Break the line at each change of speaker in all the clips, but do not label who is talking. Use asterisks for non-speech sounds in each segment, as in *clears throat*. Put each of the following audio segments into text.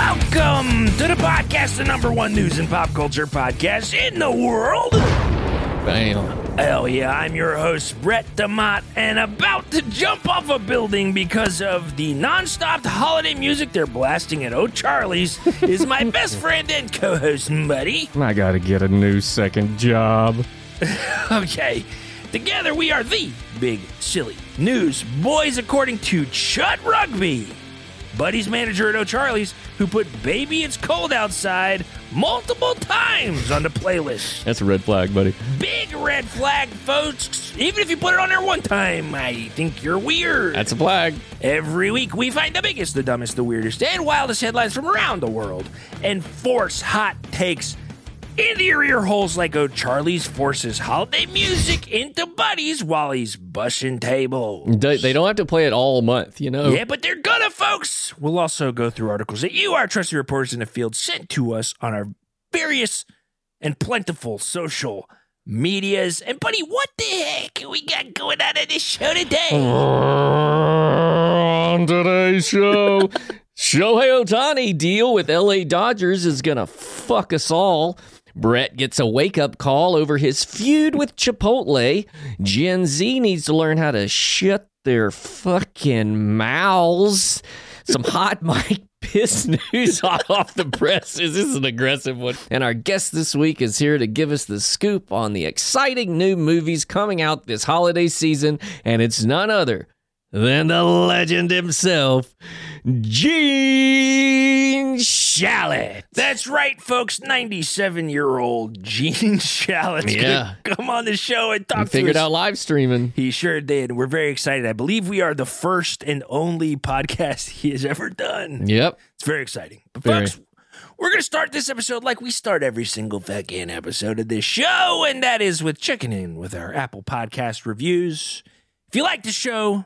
Welcome to the podcast, the number one news and pop culture podcast in the world.
Bam.
Hell yeah, I'm your host, Brett DeMott, and about to jump off a building because of the non-stop holiday music they're blasting at O'Charlie's is my best friend and co-host and buddy.
I gotta get a new second job.
Okay. Together we are the Big Silly News Boys, according to Chut Rugby, Buddy's manager at O'Charlie's, who put Baby It's Cold Outside multiple times on the playlist.
That's a red flag, buddy.
Big red flag, folks. Even if you put it on there one time, I think you're weird.
That's a flag.
Every week, we find the biggest, the dumbest, the weirdest, and wildest headlines from around the world and force hot takes into your ear holes like O'Charlie's forces holiday music into Buddy's while he's bushing tables.
They, they don't have to play it all month, you know?
Yeah, but they're gonna, folks. We'll also go through articles that you, our trusty reporters in the field, sent to us on our various and plentiful social medias. And, buddy, what the heck we got going on in this show today?
On today's show, *laughs* Shohei Otani deal with LA Dodgers is gonna fuck us all. Brett gets a wake up call over his feud with Chipotle. Gen Z needs to learn how to shut their fucking mouths. Some hot *laughs* mic piss news *laughs* hot off the presses. This is an aggressive one. And our guest this week is here to give us the scoop on the exciting new movies coming out this holiday season, and it's none other than the legend himself, Gene Shalit.
That's right, folks. 97 year old Gene *laughs* Shalit
Yeah.
come on the show and talk to
Figured
us.
out live streaming.
He sure did. We're very excited. I believe we are the first and only podcast *laughs* he has ever done.
Yep.
It's very exciting. But
Very.
folks, we're gonna start this episode like we start every single fucking episode of this show, and that is with checking in with our Apple Podcast reviews. If you like the show,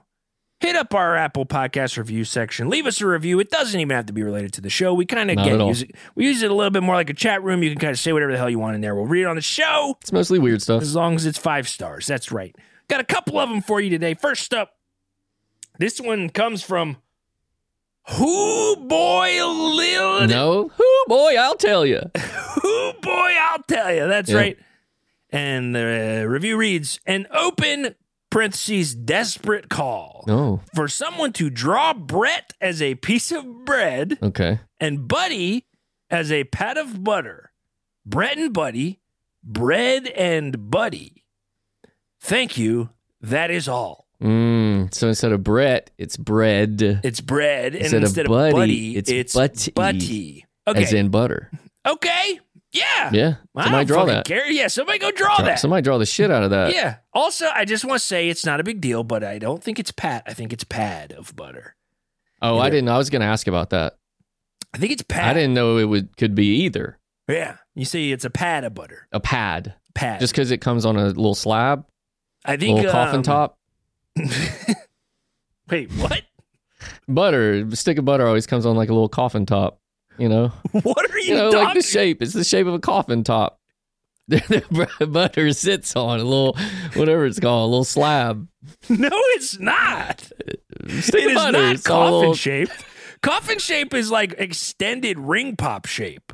hit up our Apple Podcast review section. Leave us a review. It doesn't even have to be related to the show. We kind of
Not
get
at all.
use it. We use it a little bit more like a chat room. You can kind of say whatever the hell you want in there. We'll read it on the show
It's mostly weird stuff.
as long as it's five stars. That's right. Got a couple of them for you today. First up, this one comes from Who Boy Lil
No. Who boy, I'll tell you.
Ooh, boy, I'll tell you. That's
Yeah.
right. And the uh, review reads An open parentheses desperate call
Oh,
for someone to draw Brett as a piece of bread
okay.
and Buddy as a pat of butter. Brett and Buddy, bread and Buddy. Thank you. That is all.
Mm, so instead of Brett, it's bread,
It's bread. And
Instead of
instead of buddy,
buddy,
it's,
it's
butty.
butty.
Okay.
as in butter.
okay. Yeah.
Yeah.
I don't
Somebody draw
fucking
that.
care. Yeah, somebody go draw
Draw-
that.
Somebody draw the shit out of that.
yeah. Also, I just want to say it's not a big deal, but I don't think it's pat. I think it's pad of butter.
Oh, I
Yeah.
didn't. I was going to ask about that.
I think it's pad.
I didn't know it would could be either
Yeah. You see, it's a pad of butter.
a pad,
Pad.
just because it comes on a little slab,
I think
little coffin
um,
top.
Wait, what? *laughs*
Butter, a stick of butter always comes on like a little coffin top.
*laughs*
You know,
What are you,
you know,
talking?
like the shape. It's the shape of a coffin top. *laughs* The butter sits on a little, whatever it's called, a little slab.
*laughs* no, it's not.
Stick
it
of
is
butter.
not
it's on a
coffin
little-
shaped. Coffin shape is like extended ring pop shape.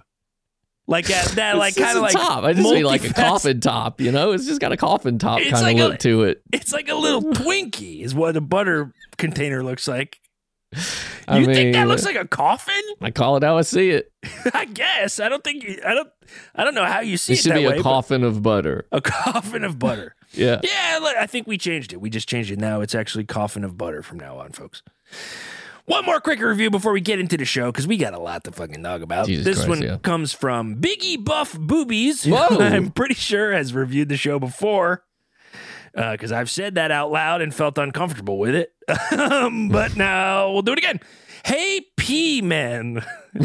Like that, that
It's
like
just
kind of
a
like
top. I just mean like a
multifaceted-
coffin top. You know, it's just got a coffin top
It's
kind of
like a-
look to it.
It's like a little Twinkie, is what a butter container looks like. You
I
think that
mean,
looks like a coffin? *laughs*
I call it how I see it.
I guess I don't think you- I don't I don't know how you see
It
it,
should
that
be
way.
a
but-
coffin of butter.
a coffin of butter.
Yeah.
Yeah, look, I think we changed it. We just changed it now. It's actually coffin of butter from now on, folks. One more quick review before we get into the show because we got a lot to fucking talk about.
Jesus
this
Christ,
one
yeah.
comes from Biggie Buff Boobies, who
Whoa.
*laughs* I'm pretty sure has reviewed the show before because I've said that out loud and felt uncomfortable with it. *laughs* um, but
*laughs*
now we'll do it again. Hey, P
*laughs*
men.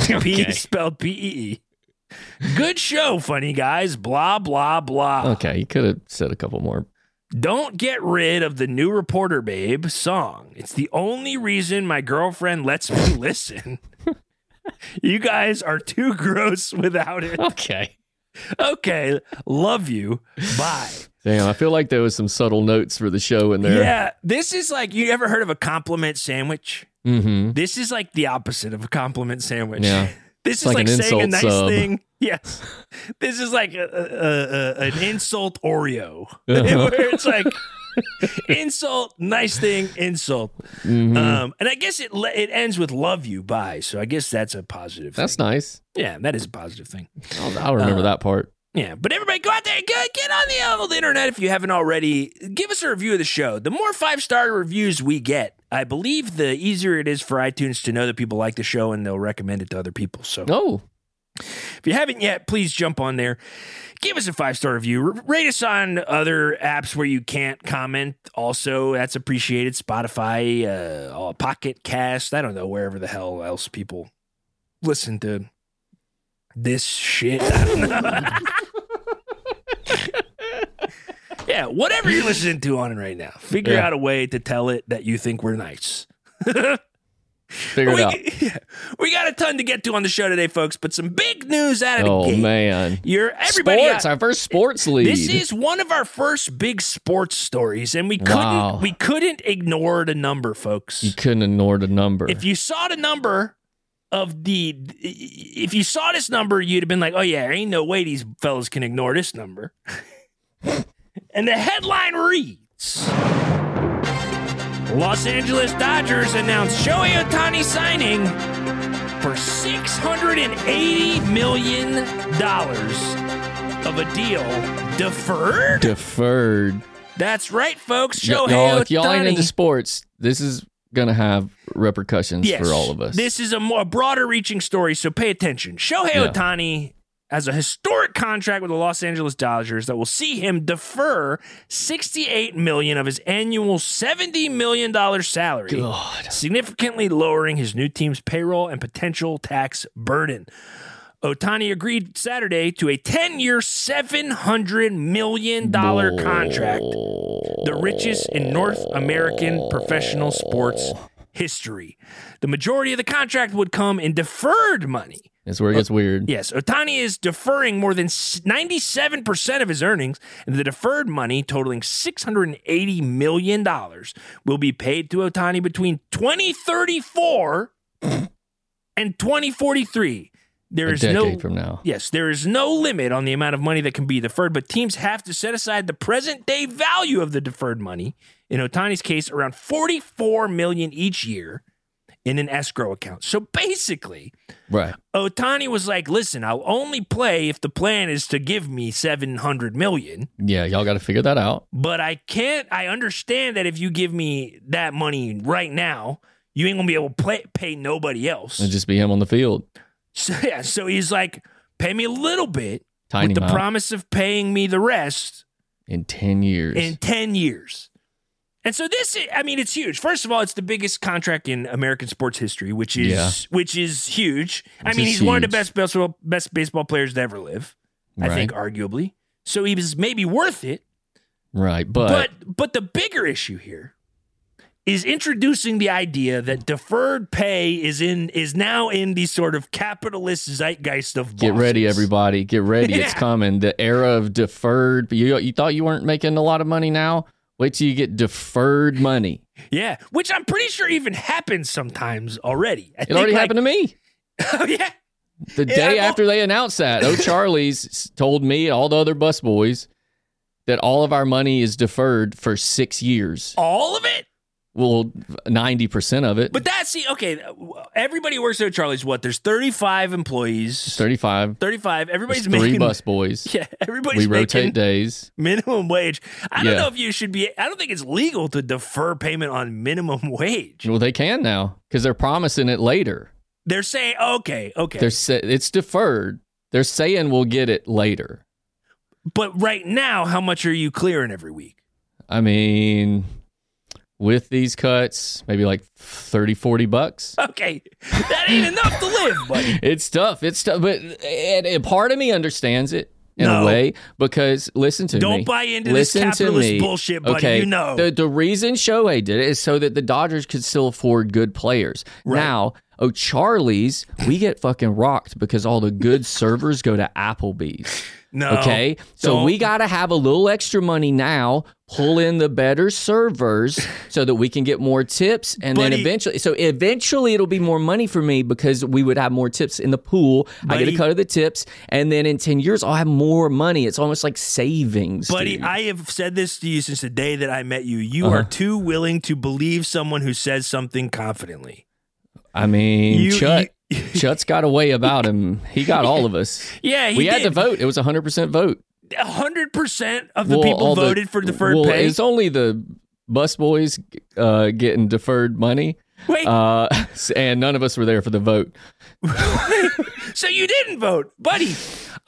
P
Okay.
spelled P E E. Good show, funny guys. Blah, blah, blah.
Okay, you could have said a couple more.
Don't get rid of the new reporter babe song. It's the only reason my girlfriend lets me *laughs* listen. you guys are too *laughs* gross without it.
Okay.
Okay, love you. Bye.
Damn, I feel like there was some subtle notes for the show in there.
Yeah, this is like you ever heard of a compliment sandwich?
Mm-hmm.
This is like the opposite of a compliment sandwich.
Yeah.
*laughs* This is
like
like,
an
saying a
insult
nice
sub.
thing. *laughs* Yes. This is like a, a, a, an insult
*laughs*
Oreo, *laughs*
Uh-huh.
where it's like insult, nice thing, insult.
Mhm.
Um, and I guess it le- it ends with love you, bye. So I guess that's a positive
That's
thing.
nice.
yeah, that is a positive thing.
I'll, I'll remember
Uh,
that part.
Yeah, but everybody go out there and get, get on the, old internet if you haven't already. Give us a review of the show. The more five star reviews we get, I believe the easier it is for iTunes to know that people like the show and they'll recommend it to other people. So
Oh,
if you haven't yet, please jump on there. Give us a five star review. R- rate us on other apps where you can't comment. Also, that's appreciated. Spotify, uh, all- Pocket Cast. I don't know wherever the hell else people listen to this shit. *laughs* I don't know. yeah, whatever you're listening to on it right now, figure
Yeah.
out a way to tell it that you think we're nice.
figure it out.
We, *laughs* yeah. we got a ton to get to on the show today, folks, but some big news out of the
Oh
gate.
man,
You're everybody.
sports.
out-
our first sports lead.
this is one of our first big sports stories, and we couldn't
Wow.
we couldn't ignore the number,
you
folks.
couldn't ignore the number.
If you saw the number of the if you saw this number, you'd have been like, Oh yeah, there ain't no way these fellas can ignore this number. *laughs* and the headline reads Los Angeles Dodgers announce Shohei Otani signing for $680 million of a deal deferred.
Deferred.
That's right, folks.
Y-
Shohei
y'all,
Ohtani.
if y'all ain't into sports, this is gonna have repercussions
Yes.
for all of us.
This is a more broader reaching story, so pay attention. Shohei
Yeah.
Otani has a historic contract with the Los Angeles Dodgers that will see him defer 68 million of his annual 70 million dollar salary.
God.
significantly lowering his new team's payroll and potential tax burden. Otani agreed Saturday to a 10 year, $700 million contract, the richest in North American professional sports history. The majority of the contract would come in deferred money.
That's where it gets weird.
Yes, Otani is deferring more than s- 97% of his earnings, and the deferred money totaling $680 million will be paid to Otani between 2034 and 2043. There
a
is
decade
no
from now.
Yes, there is no limit on the amount of money that can be deferred, but teams have to set aside the present day value of the deferred money. In Otani's case, around 44 million each year in an escrow account. So basically,
Right.
Otani was like, listen, I'll only play if the plan is to give me 700 million,
Yeah, y'all got to figure that out.
but I can't. I understand that if you give me that money right now, you ain't gonna be able to play, pay nobody else.
It'll just be him on the field.
so, yeah, so he's like, pay me a little bit
Tiny
with the
amount
promise of paying me the rest
in 10 years.
in 10 years. And so this i- I mean it's huge. First of all, it's the biggest contract in American sports history, which is
Yeah.
which is huge. I
This
mean,
is
he's one of the best
huge.
baseball best baseball players to ever live.
right.
I think arguably. So he was maybe worth it.
right. But,
but but the bigger issue here is introducing the idea that deferred pay is in is now in the sort of capitalist zeitgeist of
get ready,
bosses.
everybody. Get ready. It's
Yeah.
coming. The era of deferred. You, you thought you weren't making a lot of money now? Wait till you get deferred money.
Yeah, which I'm pretty sure even happens sometimes already. I
It already happened to me.
happened. *laughs* Oh yeah.
The
Yeah,
day
I've al-
after they announced that, Oh Charlie's s- told me, all the other busboys, that all of our money is deferred for six years.
All of it?
Well, 90% of it.
But that's the okay, everybody who works at Charlie's what? There's 35
It's
employees.
35.
35.
It's
Everybody's
three
making *laughs*
busboys.
Yeah, everybody's
We
making
rotate days.
minimum wage. I don't
Yeah.
know if you should be. I don't think it's legal to defer payment on minimum *laughs* wage.
Well, they can now because they're promising it later.
They're saying, okay, okay,
They're sa- it's deferred. They're saying we'll get it later.
but right now, how much are you clearing every week? *laughs*
I mean, with these cuts, maybe like 30, 40 bucks.
Okay, that ain't enough to live, buddy.
It's tough. It's tough. But and, and part of me understands it in
No.
a way because listen to me.
Don't buy into
Listen to
this capitalist
me.
bullshit, buddy.
Okay.
You know,
The the reason Shohei did it is so that the Dodgers could still afford good players.
Right.
Now, Oh, Charlie's, we get fucking rocked because all the good servers go to Applebee's.
No.
Okay. so
Oh, don't.
we got to have a little extra money now, pull in the better servers
*laughs*
so that we can get more tips. And then
Buddy.
eventually, so eventually it'll be more money for me because we would have more tips in the pool. I get
Buddy.
a cut of the tips. And then in 10 years, I'll have more money. It's almost like savings.
Buddy,
dude.
I have said this to you since the day that I met you. You are
Uh-huh.
too willing to believe someone who says something confidently.
I mean,
You-
Chut.
you- *laughs*
Chut's got a way about him. He got all of us.
Yeah, *laughs* he
we had
did.
to vote. It was a hundred percent vote.
hundred percent of the
Well, all
people voted for deferred
well,
pay.
It's only the busboys uh, getting deferred money,
Wait,
uh, *laughs* and none of us were there for the vote.
so you didn't vote, buddy?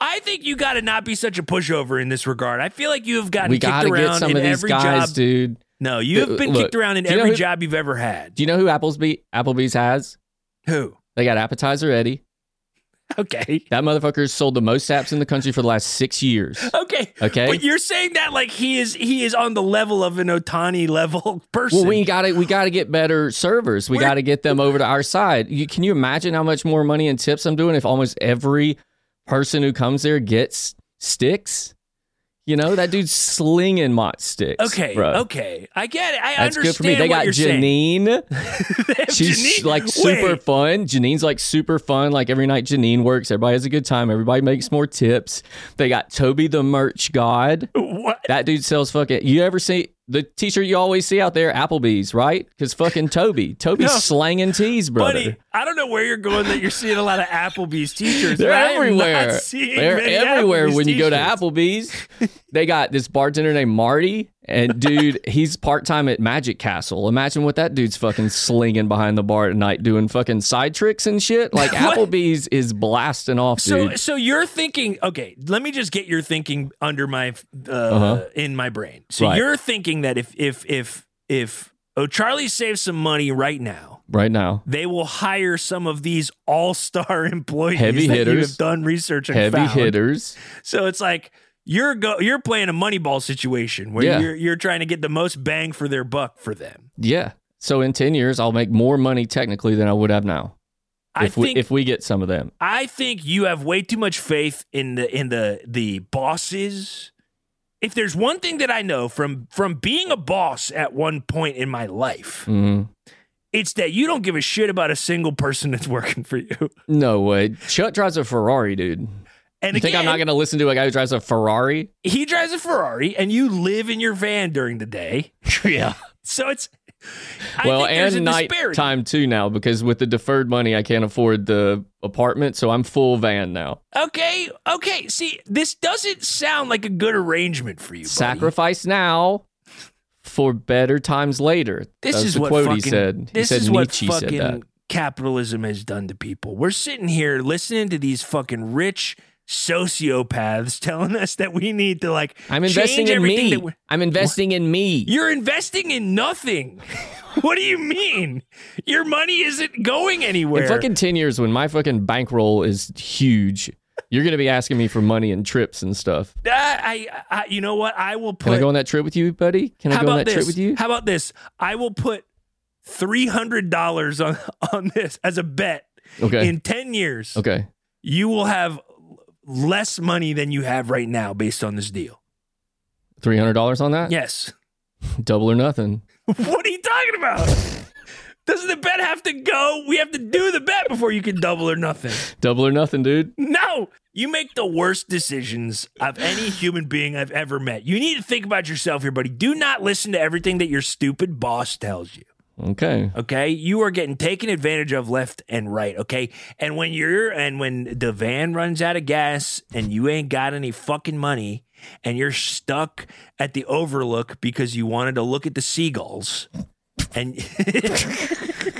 I think you got to not be such a pushover in this regard. I feel like you have gotten
we
kicked
gotta
around
get some
in
of these
every
guys,
job.
dude.
No, you have
Th-
been
look,
kicked around in
do you know
every
who-
job you've ever had.
Do you know who Applesby Applebee's has?
Who? *laughs*
They got appetizer Eddie.
Okay,
That motherfucker's sold the most apps in the country for the last six
*laughs*
years.
okay.
Okay.
But you're saying that like he is he is on the level of an Otani level *laughs* person.
Well, we gotta we gotta get better servers. We
We're-
gotta get them over to our side. You, can you imagine how much more money and tips I'm doing if almost every person who comes there gets sticks? You know that dude's slinging mott sticks.
okay,
bro.
okay. I get it. I
That's
understand
good for me.
what
They got
you're saying.
Janine.
*laughs* They have
She's
Janine-
like super
Wait.
fun. Janine's like super fun. Like every night, Janine works. Everybody has a good time. Everybody makes more tips. They got Toby the merch god.
What?
That dude sells fucking. You ever see the t-shirt you always see out there? Applebee's, right? Because fucking Toby,
*laughs*
Toby's
No.
slanging tees, brother.
Buddy, I don't know where you're going that you're seeing a lot of Applebee's t-shirts.
They're
but I am
everywhere.
not seeing
They're
many
everywhere
Applebee's
when you go to
t-shirts.
Applebee's. they got this bartender named Marty,
*laughs*
and dude, he's part time at Magic Castle. Imagine what that dude's fucking slinging behind the bar at night, doing fucking side tricks
*laughs*
and shit. Like
What?
Applebee's is blasting off,
So,
dude.
so you're thinking. Okay, let me just get your thinking under my uh,
Uh-huh.
in my brain. So
Right.
you're thinking that if if if if oh Charlie saves some money right now,
Right now,
they will hire some of these all-star *laughs* employees
Heavy
that you
hitters.
have done research and
heavy
found.
hitters.
So it's like. You're go. You're playing a money ball situation where
Yeah.
you're you're trying to get the most bang for their buck for them.
Yeah. So in ten years, I'll make more money technically than I would have now.
I
if we
think
if we get some of them.
I think you have way too much faith in the in the the bosses. If there's one thing that I know from from being a boss at one point in my life,
Mhm.
it's that you don't give a shit about a single person that's working for you.
No way. Chuck drives a Ferrari, dude.
And
you
again,
think I'm not going to listen to a guy who drives
*laughs*
a Ferrari?
he drives a Ferrari, and you live in your van during the day.
yeah.
So it's I
Well,
think there's a
and night
disparity.
time too now because with the deferred money, I can't afford the apartment, so I'm full van now.
Okay, okay. See, this doesn't sound like a good arrangement for you. buddy.
Sacrifice now for better times later.
This
That's
is
the
what
quote
fucking,
he said.
This
he said
is
Nietzsche
what
said
fucking
that.
capitalism has done to people. We're sitting here listening to these fucking rich sociopaths telling us that we need to like
I'm investing
change
in
everything
me.
that we-
I'm investing in me.
You're investing in nothing. *laughs* what do you mean? Your money isn't going anywhere.
In fucking 10 years, when my fucking bankroll is huge, you're going to be asking me for money and trips and stuff.
Uh, I, I, you know what? I will
Can
put.
I go on that trip with you, buddy? Can I
how
go on
about
that
this?
trip with you?
How about this? I will put three hundred dollars on *laughs* on this as a bet.
okay.
In ten years,
okay.
you will have less money than you have right now based on this deal.
$300 on that?
Yes. *laughs*
Double or nothing.
what are you talking about? Doesn't the bet have to go? We have to do the bet before you can double or nothing.
Double or nothing, dude.
No, you make the worst decisions of any human being I've ever met. You need to think about yourself here, buddy. Do not listen to everything that your stupid boss tells you.
Okay.
Okay. You are getting taken advantage of left and right. Okay. And when you're, and when the van runs out of gas and you ain't got any fucking money and you're stuck at the overlook because you wanted to look at the seagulls and *laughs*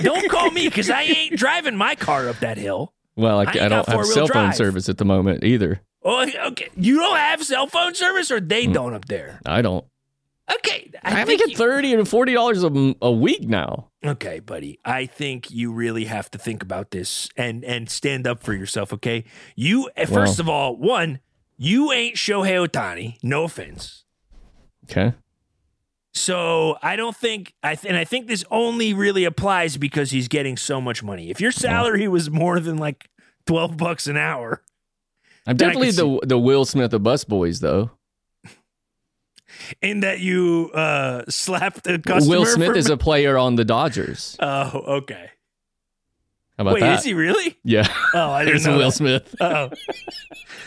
don't call me because I ain't driving my car up that hill.
Well, I,
ain't
I,
got
don't have
four-wheel
cell phone
drive.
service at the moment either.
Oh, okay. You don't have cell phone service or they don't up there.
I don't.
Okay.
I,
think
think
you-
it's thirty and forty dollars a, m- a week now.
Okay, buddy. I think you really have to think about this and and stand up for yourself. Okay, you eh, first of all, one, you ain't Shohei Otani. No offense.
Okay.
So I don't think I th- and I think this only really applies because he's getting so much money. If your salary was more than like twelve bucks an hour,
I'm
Then I could
definitely the the Will Smith of busboys though.
in that you uh slapped a customer,
Will Smith
for-
is a player on the Dodgers.
Oh, okay.
How about
Wait,
that?
is he really?
yeah,
Oh, I didn't
there's
know.
Will
that.
Smith.
Oh,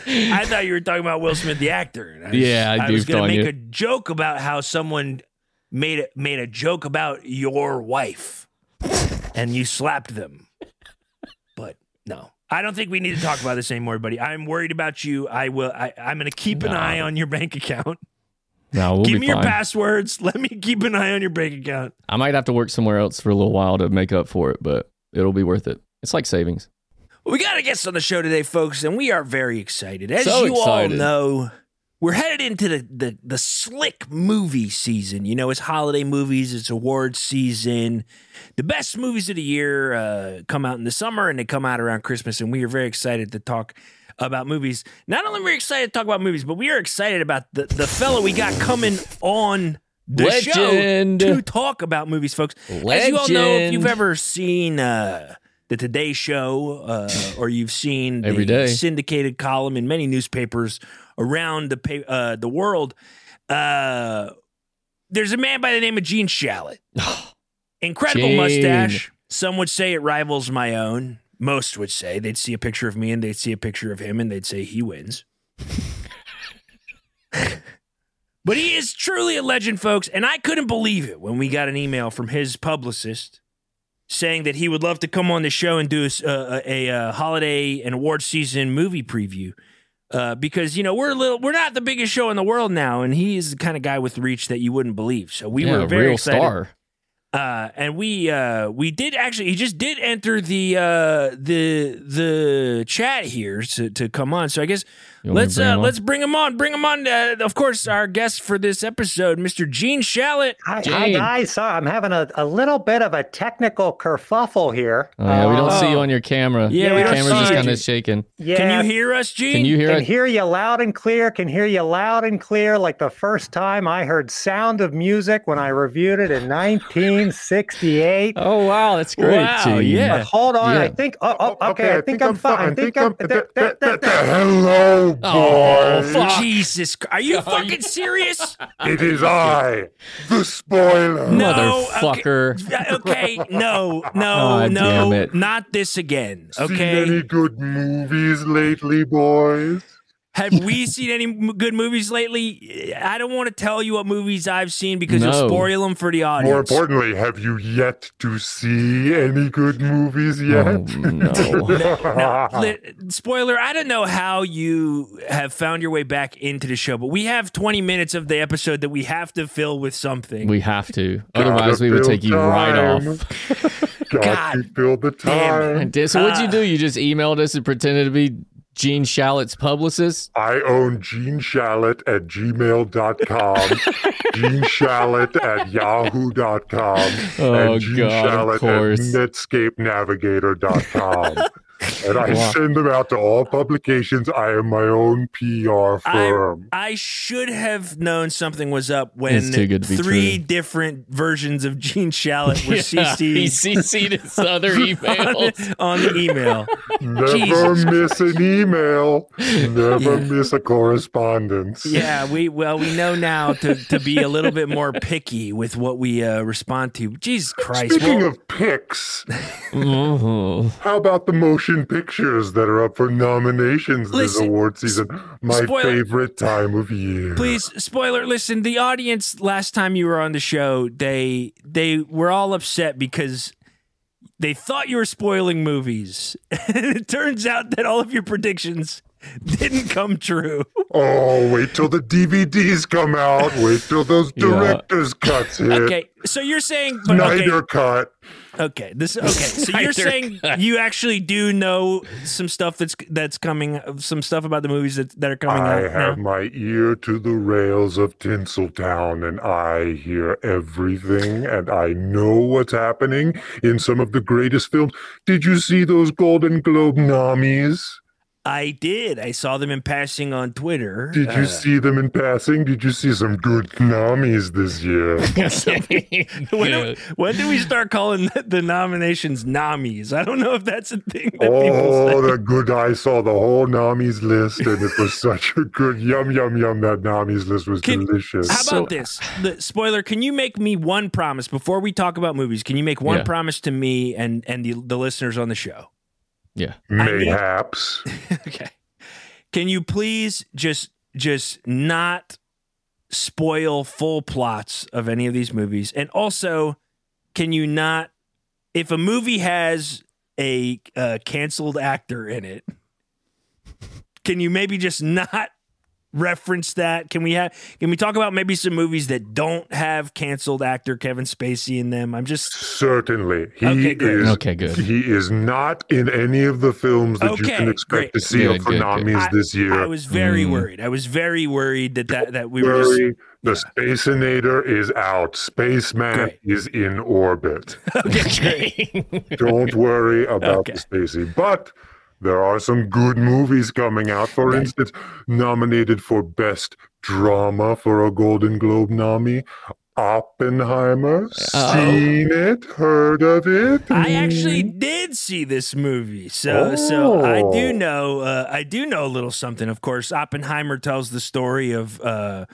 I thought you were talking about Will Smith, the actor. And I was-
Yeah, I
I
do
was gonna
thought
make
you-
a joke about how someone made a, made a joke about your wife, and you slapped them. But no, I don't think we need to talk about this anymore, buddy. I'm worried about you. I will. I, I'm going to keep an
No.
eye on your bank account.
No, we'll
Give
be
me your
fine.
passwords. Let me keep an eye on your bank account.
I might have to work somewhere else for a little while to make up for it, but it'll be worth it. It's like savings.
We got a guest on the show today, folks, and we are very excited. As
So
you
excited.
all know, we're headed into the, the the slick movie season. You know, it's holiday movies, it's awards season. The best movies of the year uh, come out in the summer and they come out around Christmas, and we are very excited to talk about movies. Not only are we excited to talk about movies, but we are excited about the, the fellow we got coming on the show
Legend.
to talk about movies, folks. As you all know, if you've
Legend.
ever seen uh, the Today Show uh, or you've seen
*laughs* Every
the
day.
syndicated column in many newspapers around the pa- uh, the world, uh, there's a man by the name of Gene Shalit. Incredible
Gene.
mustache. Some would say it rivals my own. Most would say they'd see a picture of me and they'd see a picture of him and they'd say he wins. *laughs* but he is truly a legend, folks. And I couldn't believe it when we got an email from his publicist saying that he would love to come on the show and do a s- a, a, a holiday and award season movie preview. Uh, because you know we're a little we're not the biggest show in the world now, and he is the kind of guy with reach that you wouldn't believe. So we
yeah,
were very
real
excited
star.
uh, and we uh, we did actually he just did enter the uh, the the chat here to, to come on. So I guess
You want me to
let's uh,
bring him on?
let's bring him on. Bring him on. Uh, of course, our guest for this episode, Mr. Gene Shalit.
Hi, hi
Jane.
guys. Sorry, I'm having a, a little bit of a technical kerfuffle here.
Oh, yeah, we don't
Uh,
see you on your camera.
Yeah,
we
your
don't
camera's
see
just
you.
kind of shaking.
Yeah,
Can you hear us, Gene?
Can you hear
can
it?
hear you loud and clear. Can hear you loud and clear. Like the first time I heard Sound of Music when I
*laughs*
reviewed it in 1968.
Oh wow, that's great.
Wow,
Gene.
yeah.
But hold on, I
Yeah.
think. Oh, oh, okay, I, think I'm fine. I think I'm. th- th- th- th-
Hello,
Oh,
boys.
fuck.
Jesus, Christ. are you fucking
*laughs*
serious?
It is I, the spoiler.
No, *laughs*
Motherfucker.
okay, no, no,
Aw, damn
no,
it.
not this again.
Seen
Okay,
any good movies lately, boys?
have we seen any m- good movies lately? I don't want to tell you what movies I've seen because
No.
you'll spoil them for the audience.
More importantly, have you yet to see any good movies yet?
Oh, no.
*laughs*
Now, li- spoiler, I don't know how you have found your way back into the show, but we have 20 minutes of the episode that we have to fill with something.
We have to. Otherwise, we would take you right off.
*laughs* Got
God
to fill the
damn
time.
And So what'd you
Ah.
do? You just emailed us and pretended to be Gene Shalit's publicist?
I own Gene Shalit
*laughs*
at gmail.com, Gene Shalit at yahoo.com,
Oh,
and Gene
God, of
Shalit at
*laughs* course.
*laughs*
netscapenavigator.com. and I
Wow.
send them out to all publications. I am my own PR
I- *laughs*
firm.
I should have known something was up when
It's too good to be
three
true.
different versions of Gene Shalit
*laughs*
were
He
CC'd
CC'd *laughs* his other
on,
emails.
on the email.
Never
Jesus.
miss an email. Never
Yeah.
miss a correspondence.
*laughs* Yeah, we well we know now to, to be a little bit more picky with what we uh, respond to. Jesus Christ!
Speaking
well,
of pics,
Mhm.
How about the motion pictures that are up for nominations
Listen,
this award season? My
spoil-
favorite time of year.
please spoiler listen the audience last time you were on the show they they were all upset because they thought you were spoiling movies *laughs* it turns out that all of your predictions didn't come true
Oh, wait till the DVDs come out. Wait till those
Yeah.
director's cuts hit.
okay so you're saying but okay
Snyder cut.
okay
*laughs*
this okay so
Snyder
you're saying you actually do know some stuff that's that's coming some stuff about the movies that, that are coming
I
out
have
now?
my ear to the rails of Tinseltown and I hear everything and I know what's happening in some of the greatest films. Did you see those Golden Globe nommies?
I did. I saw them in passing on Twitter.
Did you
Uh,
see them in passing? Did you see some good Konami's
*laughs*
this year?
when, do
Good.
we- when do we start calling the, the nominations Namis? I don't know if that's a thing that
Oh,
people say.
the good! I saw the whole Nami's list, and it was *laughs* such a good yum yum yum. That Nami's list was
Can-
delicious.
How
so-
about this? The, spoiler, can you make me one promise before we talk about movies? Can you make one
Yeah.
promise to me and, and the, the listeners on the show? need-
Mayhaps.
okay. Can you please just just not spoil full plots of any of these movies? And also, can you not if a movie has a uh, canceled actor in it? Can you maybe just not reference that? Can we have can we talk about maybe some movies that don't have canceled actor Kevin Spacey in them? I'm just
Certainly, he
Okay, great.
is.
*laughs* Okay, good.
He is not expect any of the films that you
Okay,
can expect
great.
to see
Good,
for
good,
Konami's
good.
this year.
I was very
Mm.
worried. I was very worried that that, that we were just
Worry, the Spaceinator is out. Spaceman
Great.
is
*laughs*
in orbit.
*laughs* Okay.
Don't worry about the Spacey. But there are some good movies coming out. For instance, nominated for Best Drama for a Golden Globe Nami. Oppenheimer.
Uh-oh.
Seen it? Heard of it?
Uh, oh. I actually did see this movie, so so I do
Oh.
know uh, I do know a little something. Of course, Oppenheimer tells the story of uh,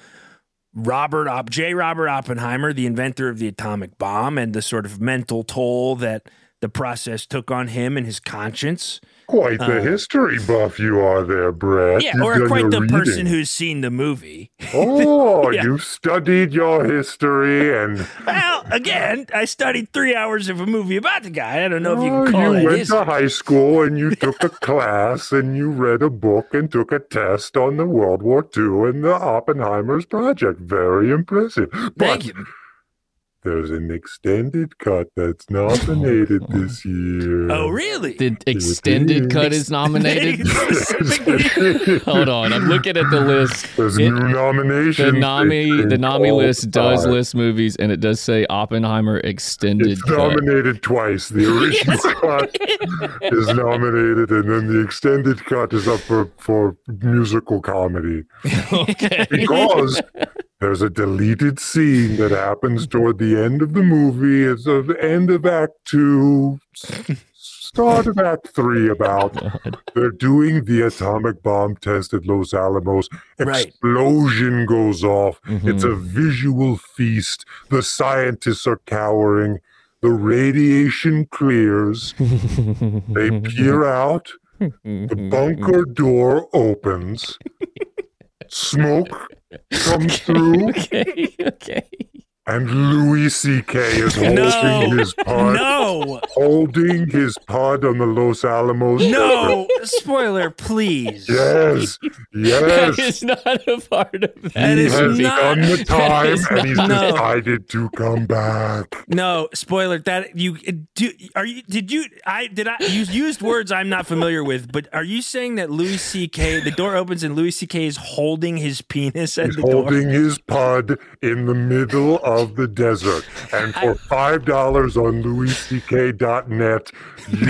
Robert Op- J. Robert Oppenheimer, the inventor of the atomic bomb, and the sort of mental toll that the process took on him and his conscience.
Quite the
uh,
history buff you are there, Brett.
yeah,
You've
or
done
quite
your
the person
reading.
who's seen the movie. *laughs*
Oh,
Yeah.
you've studied your history and
Well, again, I studied three hours of a movie about the guy. *laughs* I don't know if you
Oh,
can call
you
it
went
history.
to high school and
*laughs*
you took a class and you read a book and took a test on the World War II and the Oppenheimer's project. Very impressive. But
Thank you.
there's an extended cut that's
*laughs*
nominated this year.
Oh,
*laughs*
really? *laughs*
The extended cut is nominated. Hold on, I'm looking at the list.
There's
It-
new
The
nominations.
Nami,
They
the Nami
all
list does
time.
list movies, and it does say Oppenheimer extended
It's
cut.
nominated twice. The original cut is nominated, and then the extended cut is up for, for musical comedy.
Okay.
because there's a deleted scene that happens toward the end of the movie. It's the end of Act Two, s- start of Act Three. About they're doing the atomic bomb test at Los Alamos.
Right.
Explosion goes off. It's
Mhm.
a
Hmm.
visual feast. The scientists are cowering. The radiation clears.
Mm-hmm.
They
*laughs*
peer out. The
Mm-hmm.
bunker door opens. Smoke comes
*laughs*
through,
Okay. Okay.
and Louis C.K. is
*laughs*
holding
No.
his pod, *laughs*
No,
holding his pod on the Los Alamos.
no, spoiler, please. *laughs*
Yes,
That
yes.
is not a part of
That
that.
he
is
has
not-
done the
that
time,
is
and he's
not- No.
decided to come back.
No, spoiler. That you do. Are you? Did you? I did. I you used words I'm not familiar with. But are you saying that Louis C.K. The door opens and Louis C.K. is holding his penis at
He's
the door?
holding his pod in the middle of the desert, and
*laughs*
for five dollars on LouisCK.net, you can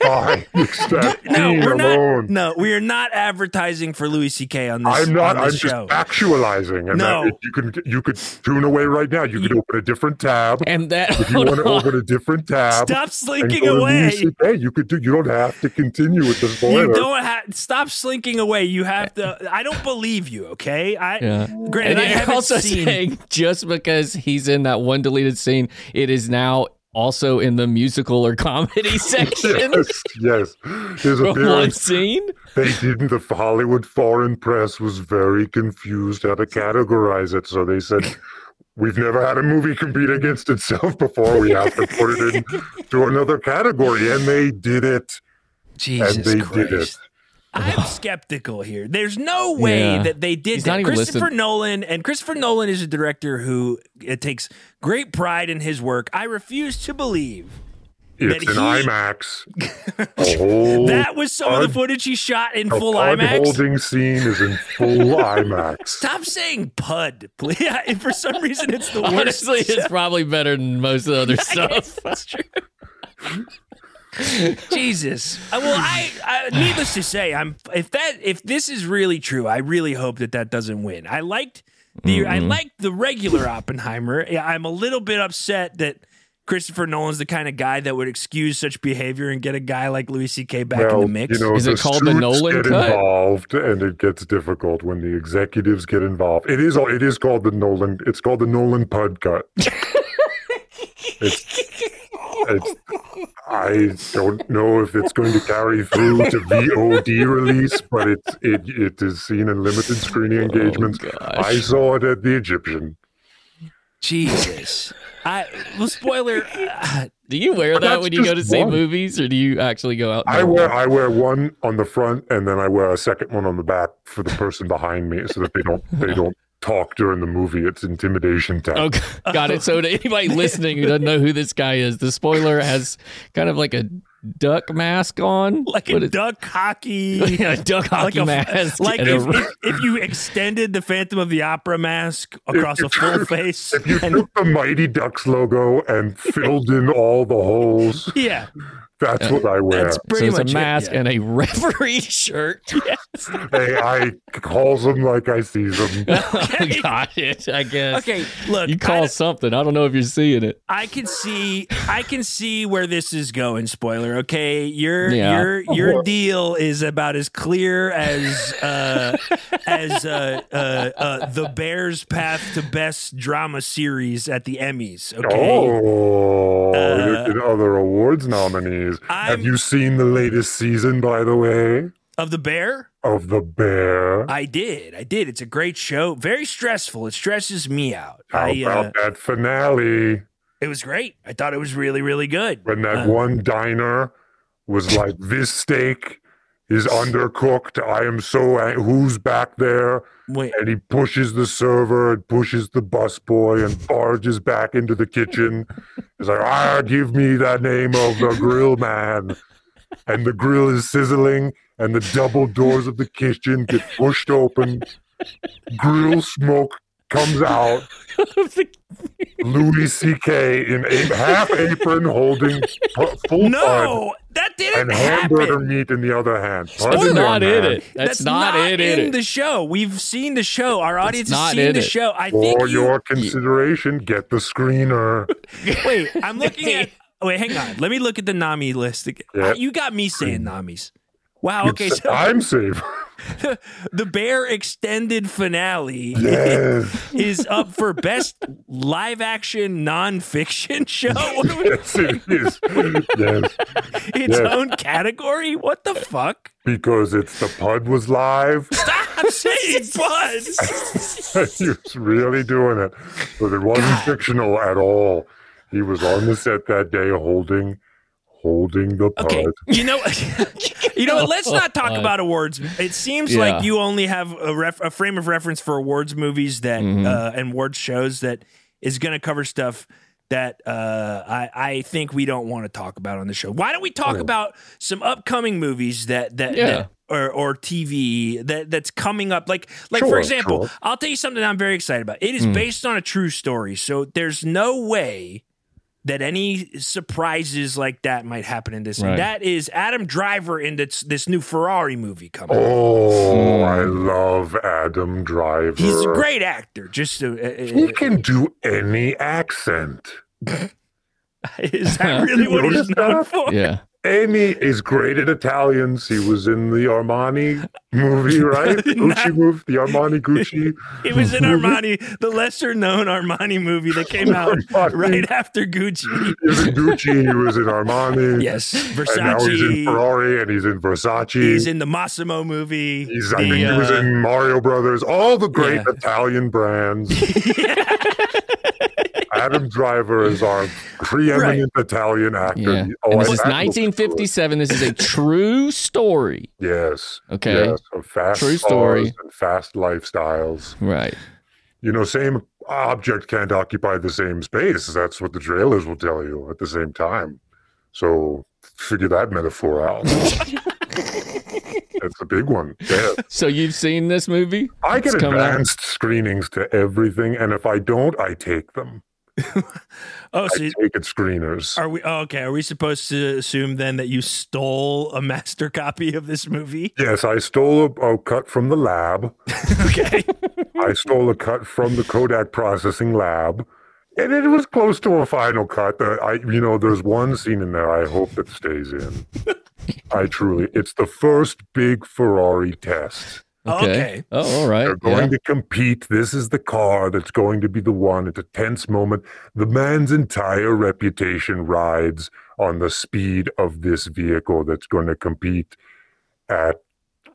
buy that
*laughs* No,
scene
we're
alone.
not. No, we are not advertising for Louis C.K. on this.
I'm not.
on
I'm
this
just
show.
actualizing. And
No.
that- you can you could tune away right now. You could open a different tab.
And that.
If you
Hold
want to
on.
open a different tab,
Stop
and
slinking
go to
away.
Louis CK, you could do. You don't have to continue with the spoiler.
You don't have. Stop slinking away. You have to. I don't believe you. Okay. I.
Yeah.
Granted, I
you're
haven't
also
seen.
saying just because he's in that one deleted scene, it is now also in the musical or comedy *laughs* section
*laughs* Yes, yes.
*laughs*
His
Oh
from one
appearance *laughs*
scene.
They didn't. The Hollywood Foreign Press was very confused how to categorize it. So they said, We've never had a movie compete against itself before. We have to put it into another category. And they did it.
Jesus
And they did
Christ.
it.
*laughs* I'm skeptical here. There's no way
Yeah.
that they did
He's not
that.
even
Christopher
listening.
Nolan and Christopher Nolan is a director who uh takes great pride in his work. I refuse to believe
It's
That
an
he- *laughs*
IMAX. A whole,
that was some of the
God.
footage he shot in
a
full
pod
IMAX.
holding scene is in
*laughs*
full IMAX.
Stop saying pud, *laughs* please. And for some reason, it's
*laughs*
the worst. *laughs*
Honestly, it's probably better than most of the other stuff.
That's true. Jesus. I- Well, I, I needless to say, I'm if that if this is really true, I really hope that that doesn't win. I liked the
Mm-hmm.
I liked the regular Oppenheimer. Yeah, I'm a little bit upset that Christopher Nolan's the kind of guy that would excuse such behavior and get a guy like Louis C.K. back in
Well,
the mix.
You know,
Is
the
it called the
suits
Nolan
get
cut?
involved, and it gets difficult when the executives get involved. It is. It is called the Nolan. It's called the Nolan Pud cut. it's, it's, I don't know if it's going to carry through to VOD release, but it's it it is seen in limited
Oh,
screening engagements. I saw it at the Egyptian. *laughs*
Jesus. I well, spoiler. *sighs* uh,
Do you wear
But
that
that's
when you go to
just
see
one.
movies, or do you actually go out?
I
*laughs*
wear I wear one on the front and then I wear a second one on the back for the person behind me so that they don't
*laughs*
they don't talk during the movie. It's intimidation tactic.
Okay, got it. So
*laughs*
to anybody listening who doesn't know who this guy is, the spoiler has kind of like a duck mask
*laughs*
on,
like a
What is-
duck hockey.
*laughs* yeah, a duck
Like
hockey
a
mask,
like
and
if,
a-
if, if you extended the Phantom of the Opera mask across a full face,
If you
and
took the Mighty Ducks logo and filled in all the holes,
yeah,
that's what I wear.
that's
so
pretty
it's a
much it,
mask
yeah.
and a referee *laughs* shirt.
*laughs* Hey, I calls them like I sees
*laughs*
them.
*laughs* Okay.
*laughs* got it. I
*laughs*
guess.
Okay, look,
You call
I,
something. I don't know if you're seeing
*laughs*
it.
I can see, I can see where this is going. Spoiler, okay? Your
Yeah.
your your deal is about as clear as uh, *laughs* as uh, uh, uh, the Bears' path to best drama series at the Emmys. Okay,
Oh,
Uh,
look at other awards nominees.
I'm-
Have you seen the latest season, by the way,
of the Bear.
of The Bear?
I did. I did. It's a great show. Very stressful. It stresses me out.
How
I,
about
uh,
that finale?
it was great. I thought it was really, really good.
when that
Uh,
one diner was like, "This steak is undercooked. I am so ang- who's back there?"
Wait,
And he pushes the server and pushes the busboy and barges back into the kitchen. He's like, "Ah, give me the name of the grill man." And the grill is sizzling, and the double doors of the kitchen get pushed open. Grill smoke comes out. Louis C.K. in a half apron holding pu- full pud
no, that didn't
*laughs* and hamburger
happen.
meat in the other hand.
That's
Pardon me
not
on
in
that.
it. That's, not, it.
in
In it.
the show. We've seen the show. Our audience has
not
seen
in
the
it.
show. I think
For
you.
your consideration, get the screener.
*laughs* Wait,
*laughs*
I'm looking at. Wait, hang on. Let me look at the Nami list. again.
Yeah.
You got me saying Namis. Wow. *laughs* Okay,
It's
so *laughs*
time saver. *laughs*
the Bear extended
*laughs*
finale
Yes.
is up for best live action nonfiction
*laughs*
show. What are we-
yes, it is. Yes,
its
Yeah.
own category? What the fuck?
because it's the pud was live. *laughs*
*laughs* Stop saying bud.
*laughs*
he was really doing it, but it wasn't fictional at all. He was on the set that day holding, holding the pud.
Okay, you know, you know. what? *laughs* Let's not talk
God.
about awards. It seems
Yeah.
like you only have a, ref- a frame of reference for awards movies that
Mhm.
uh, and awards shows that is going to cover stuff that uh, I I think we don't want to talk about on the show. Why don't we talk
Oh.
about some upcoming movies that that,
Yeah.
that or, or TV that that's coming up. Like like for
Sure,
example,
sure.
I'll tell you something I'm very excited about. It is
Mm.
based on a true story, so there's no way that any surprises like that might happen in this.
Right.
And that is Adam Driver in this this new Ferrari movie coming. out.
Oh,
Hmm.
I love Adam Driver.
He's a great actor. Just to, uh,
He can do any accent.
uh, *laughs* is that really what he's known for?
yeah.
Any is great at Italians. He was in the Armani
*laughs*
movie, right? Gucci movie, the Armani Gucci.
It was in Armani, the lesser known Armani movie that came out
*laughs* Armani.
right after Gucci.
He was in Gucci. He was
*laughs*
in Armani.
Yes,
And now he's in
Versace.
Ferrari, and he's in Versace.
He's in the Massimo movie.
He's- I
The,
think he was
uh,
in Mario Brothers. All the great
Yeah. *laughs*
Italian brands. Adam Driver is our preeminent Italian actor.
Yeah.
Oh,
and this
and
is
that looks good.
1957. This is a true story.
Yes.
Okay.
Yes, of fast
True
cars
story.
and fast lifestyles.
Right.
You know, same object can't occupy the same space. That's what the trailers will tell you at the same time. So figure that metaphor out. *laughs* That's a big one. Yeah.
So you've seen this movie?
I get
It's coming out.
advanced screenings to everything, and if I don't, I take them.
Oh,
I
so
take it screeners.
are we? Oh, okay, are we supposed to assume then that you stole a master copy of this
*laughs*
movie?
Yes, I stole a, a cut from the lab.
Okay.
I stole a cut from the Kodak processing lab. And it was close to a final cut. Uh, I, you know, there's one scene in there I hope that stays in. I truly, it's the first big Ferrari test.
Okay.
Oh, all right.
They're going to compete. This is the car that's going to be the one. It's a tense moment. The man's entire reputation rides on the speed of this vehicle that's going to compete at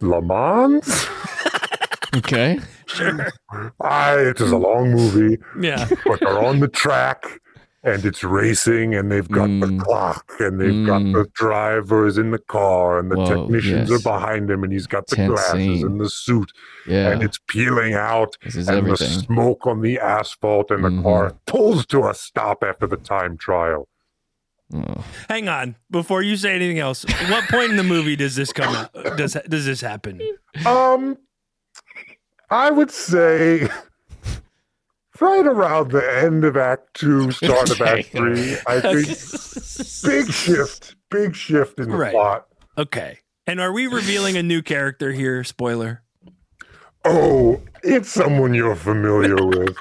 Le Mans. *laughs*
yeah. Okay.
sure.
I, it is a long movie.
Yeah.
but they're on the track and it's racing and they've got
Mm.
the clock and they've
Mm.
got the driver is in the car and the
Whoa,
technicians
yes.
are behind him and he's got the
Tense
glasses
scene.
and the suit
Yeah.
and *laughs* it's peeling out
This is
and the
*laughs*
everything. Mm-hmm.
smoke on the asphalt and the car pulls to a stop after the time trial.
Oh.
Hang on. Before you say anything else, at what point in the movie does this come out? Does does this happen?
Um I would say right around the end of act two, start of act
*laughs* Okay.
three, I
*laughs*
think big shift, big shift in the
Right.
plot.
Okay. And are we revealing a new character here? Spoiler.
Oh, it's someone you're familiar with.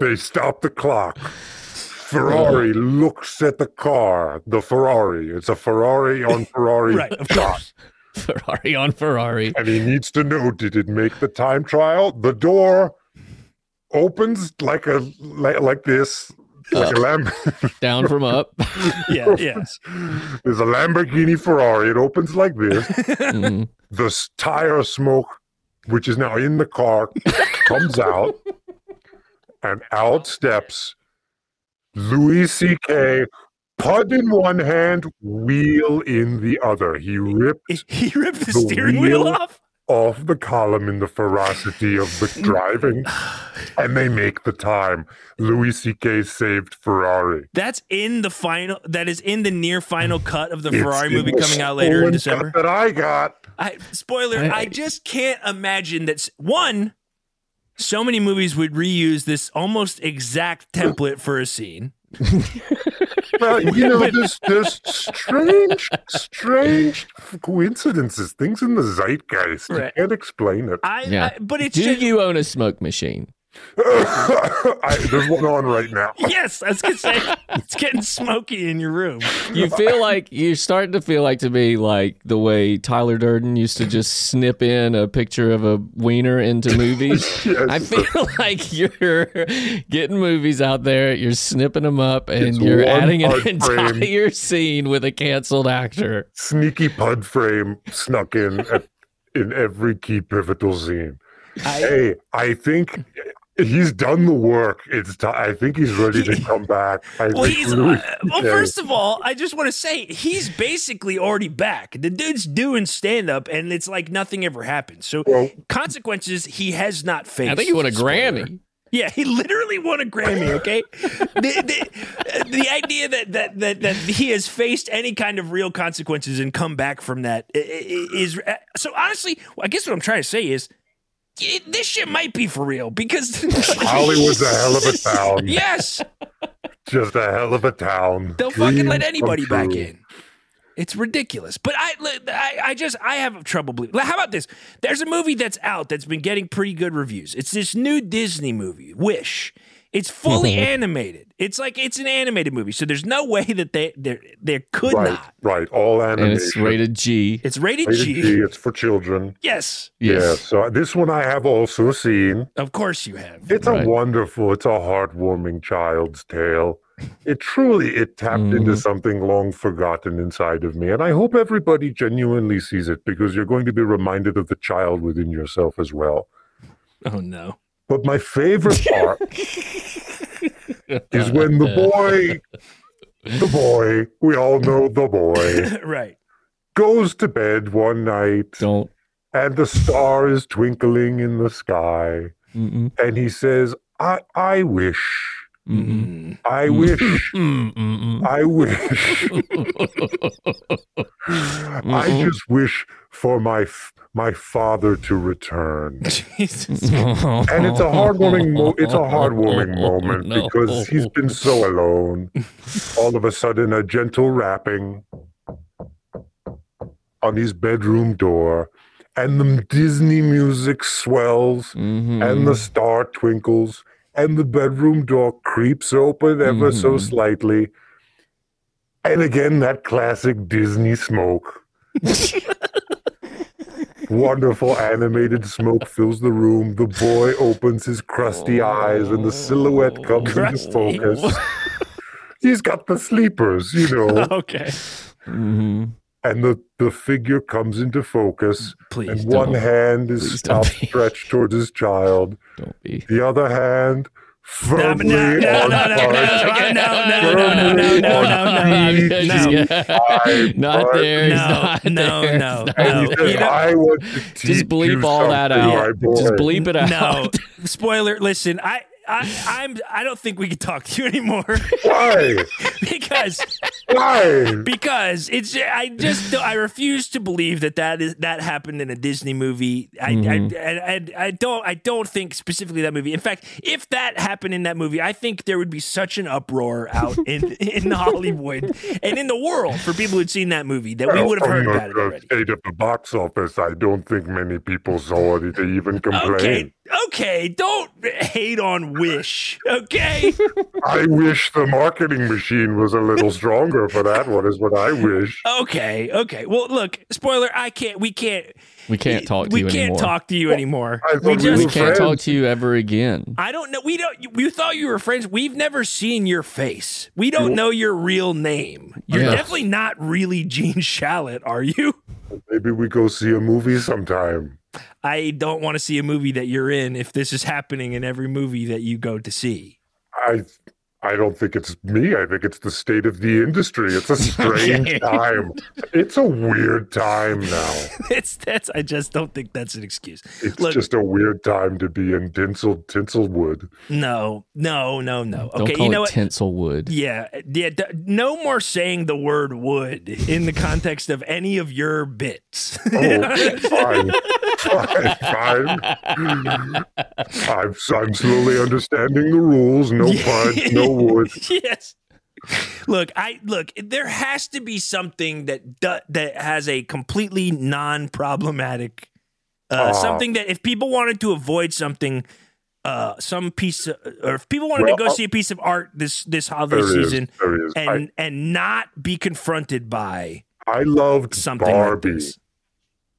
they stop the clock.
Oh.
Ferrari looks at the car, the Ferrari. It's a Ferrari on Ferrari.
Right. Of course.
Ferrari on Ferrari.
And he needs to know did it make the time trial? The door opens like a like, like this. Like a Lam- *laughs*
Down
*laughs*
from up.
Yeah. Yeah. *laughs*
There's a Lamborghini Ferrari. It opens like this.
Mm.
the s- tire smoke, which is now in
*laughs*
the car, comes out, and out steps Louis C.K. Pud in one hand, wheel in the other. He ripped
He ripped the,
The
steering wheel,
wheel.
off.
off the column in the ferocity of
*laughs*
the
*sighs*
driving, and they make the time. Louis C.K. saved Ferrari.
That's in the final. That is in the near final cut of the
It's
Ferrari
in
movie
the
coming out later in December.
stolen cut That I got.
I, spoiler.
I-
I, just can't imagine that. s- One, so many movies would reuse this almost exact template for a scene. *laughs*
Well, you know, there's, there's strange, strange coincidences, things in the zeitgeist.
Right.
You can't explain it.
I.
Yeah.
I but it's
Do
just,
you own a smoke machine?
*laughs* I, there's one on
*laughs*
right now.
Yes, I was gonna say it's getting smoky in your room.
You feel like you're starting to feel like to me like the way Tyler Durden used to just snip in a picture of a wiener into
*laughs*
movies.
Yes.
I feel *laughs* like you're getting movies out there, you're snipping them up, and
It's
you're
one
adding an *laughs*
hard
entire
frame.
scene with a canceled actor.
Sneaky pud frame snuck in at, in every key pivotal scene. hey, I think he's done the work. It's ti I think he's ready to come back. I
Well,
think
he's,
Louis
uh, well
C.K.
first of all, I just want to say he's basically already back. The dude's doing stand up, and it's like nothing ever happened. So *laughs*
Well-
consequences he has not faced.
I think he won a
Spoiler.
Grammy.
Yeah, he literally won a Grammy. Okay, the, the, the idea that, that that that he has faced any kind of real consequences and come back from that i- i- is uh, so. Honestly, I guess what I'm trying to say is. It, this shit might be for real because *laughs*
Hollywood's a hell of a town.
yes,
Just a hell of a town.
They'll fucking let
Dreams come
anybody back
true.
in. It's ridiculous. But I, I, I just, I have trouble believing. Like, How about this? There's a movie that's out that's been getting pretty good reviews. It's this new Disney movie, Wish. It's fully
Mm-hmm.
animated. It's like it's an animated movie, so there's no way that they there there could
Right,
not.
right. All animation.
And it's rated G.
It's rated,
Rated
G. *laughs*
G, It's for children.
Yes,
Yeah.
Yes.
So this one I have also seen.
of course you have.
It's
Right.
a wonderful, it's a heartwarming child's tale. It truly it tapped
Mm-hmm.
into something long forgotten inside of me. And I hope everybody genuinely sees it because you're going to be reminded of the child within yourself as well.
Oh no.
But my favorite part
*laughs*
is when the boy the boy, we all know the boy,
*laughs* right.
goes to bed one night
Don't.
and the star is twinkling in the sky.
Mm-mm,
and he says, I, I wish,
mm-mm,
Mm-hmm.
I wish,
mm-mm, *laughs* mm-mm. Mm-hmm.
I wish, I just wish for my f- my father to return.
*laughs* Jesus.
And it's a heartwarming mo-
*laughs*
it's a heartwarming moment
No.
because he's been so alone. All of a sudden a gentle rapping on his bedroom door and the Disney music swells
Mhm.
and
*laughs*
the star twinkles and the bedroom door creeps open ever so
Mhm.
slightly. And again that classic Disney smoke. Wonderful animated smoke fills the room. The boy opens his crusty eyes and the silhouette comes
Crusty.
into focus. He's got the sleepers, you know.
okay.
Mhm.
and the, the figure comes into focus.
Please.
And
don't.
one hand
Please
is
don't.
outstretched towards his child.
Don't be.
The other hand
No,
firmly
no, no, no, no,
on
no, no,
Bart's
no, no, no, no, no, no, no,
*laughs*
no, no.
thigh,
Not
Bart,
there.
No, no,
He's not there.
no,
Stop.
And
No,
he says,
you know-
I want to teach
*laughs* Just bleep
you
all that
something, my
out. Just
boy."
bleep it out. *laughs*
No. Spoiler. Listen, I, I, I'm, I don't think we can talk to you anymore *laughs*
*laughs* Why?
because,
Why?
because it's, I just, I refuse to believe that that is that happened in a Disney movie. I,
Mhm.
I, I, I, I don't, I don't think specifically that movie. In fact, if that happened in that movie, I think there would be such an uproar out
*laughs*
in in Hollywood and in the world for people who'd seen that movie that we
Well,
would have heard
from
about it
the
already.
State of the box office, I don't think many people saw it to
*laughs*
even complain.
Okay, okay, don't hate on Wish. Okay,
I wish the marketing machine was a little stronger for that one, is what
*laughs*
I wish.
okay, okay. Well, look, spoiler. I can't. We can't.
We can't talk to
we
you
can't
anymore.
talk to you anymore.
I thought
We
we
just.
we
were
can't
friends.
talk to you ever again.
I don't know. We don't. You, you thought you were friends. We've never seen your face. We don't know your real name. You're
Yeah.
definitely not really Gene Shalit, are you? *laughs*
Maybe we go see a movie sometime.
I don't want to see a movie that you're in if this is happening in every movie that you go to see. *laughs*
I I don't think it's me. I think it's the state of the industry.
*laughs*
It's a strange time. It's a weird time now.
it's that's. I just don't think that's an excuse.
It's
Look-
just a weird time to be in Tinsel
*laughs*
Tinselwood.
No, no, no, no.
Don't
okay,
call
you know
it
what?
tinsel wood.
Yeah, yeah. D- no more saying the word "would" in the context of any of your bits. *laughs*
Oh, fine, fine, fine. I'm, I'm slowly understanding the rules. No punch, no
*laughs*
wood.
yes. Look, I look. There has to be something that do, that has a completely non-problematic, uh,
Oh.
something that if people wanted to avoid something, uh, some piece, of, or if people wanted
Well,
to go
uh,
see a piece of art this this
There
holiday
it is.
season
There it is.
and and not be confronted by
I, I loved
something
Barbie.
like this.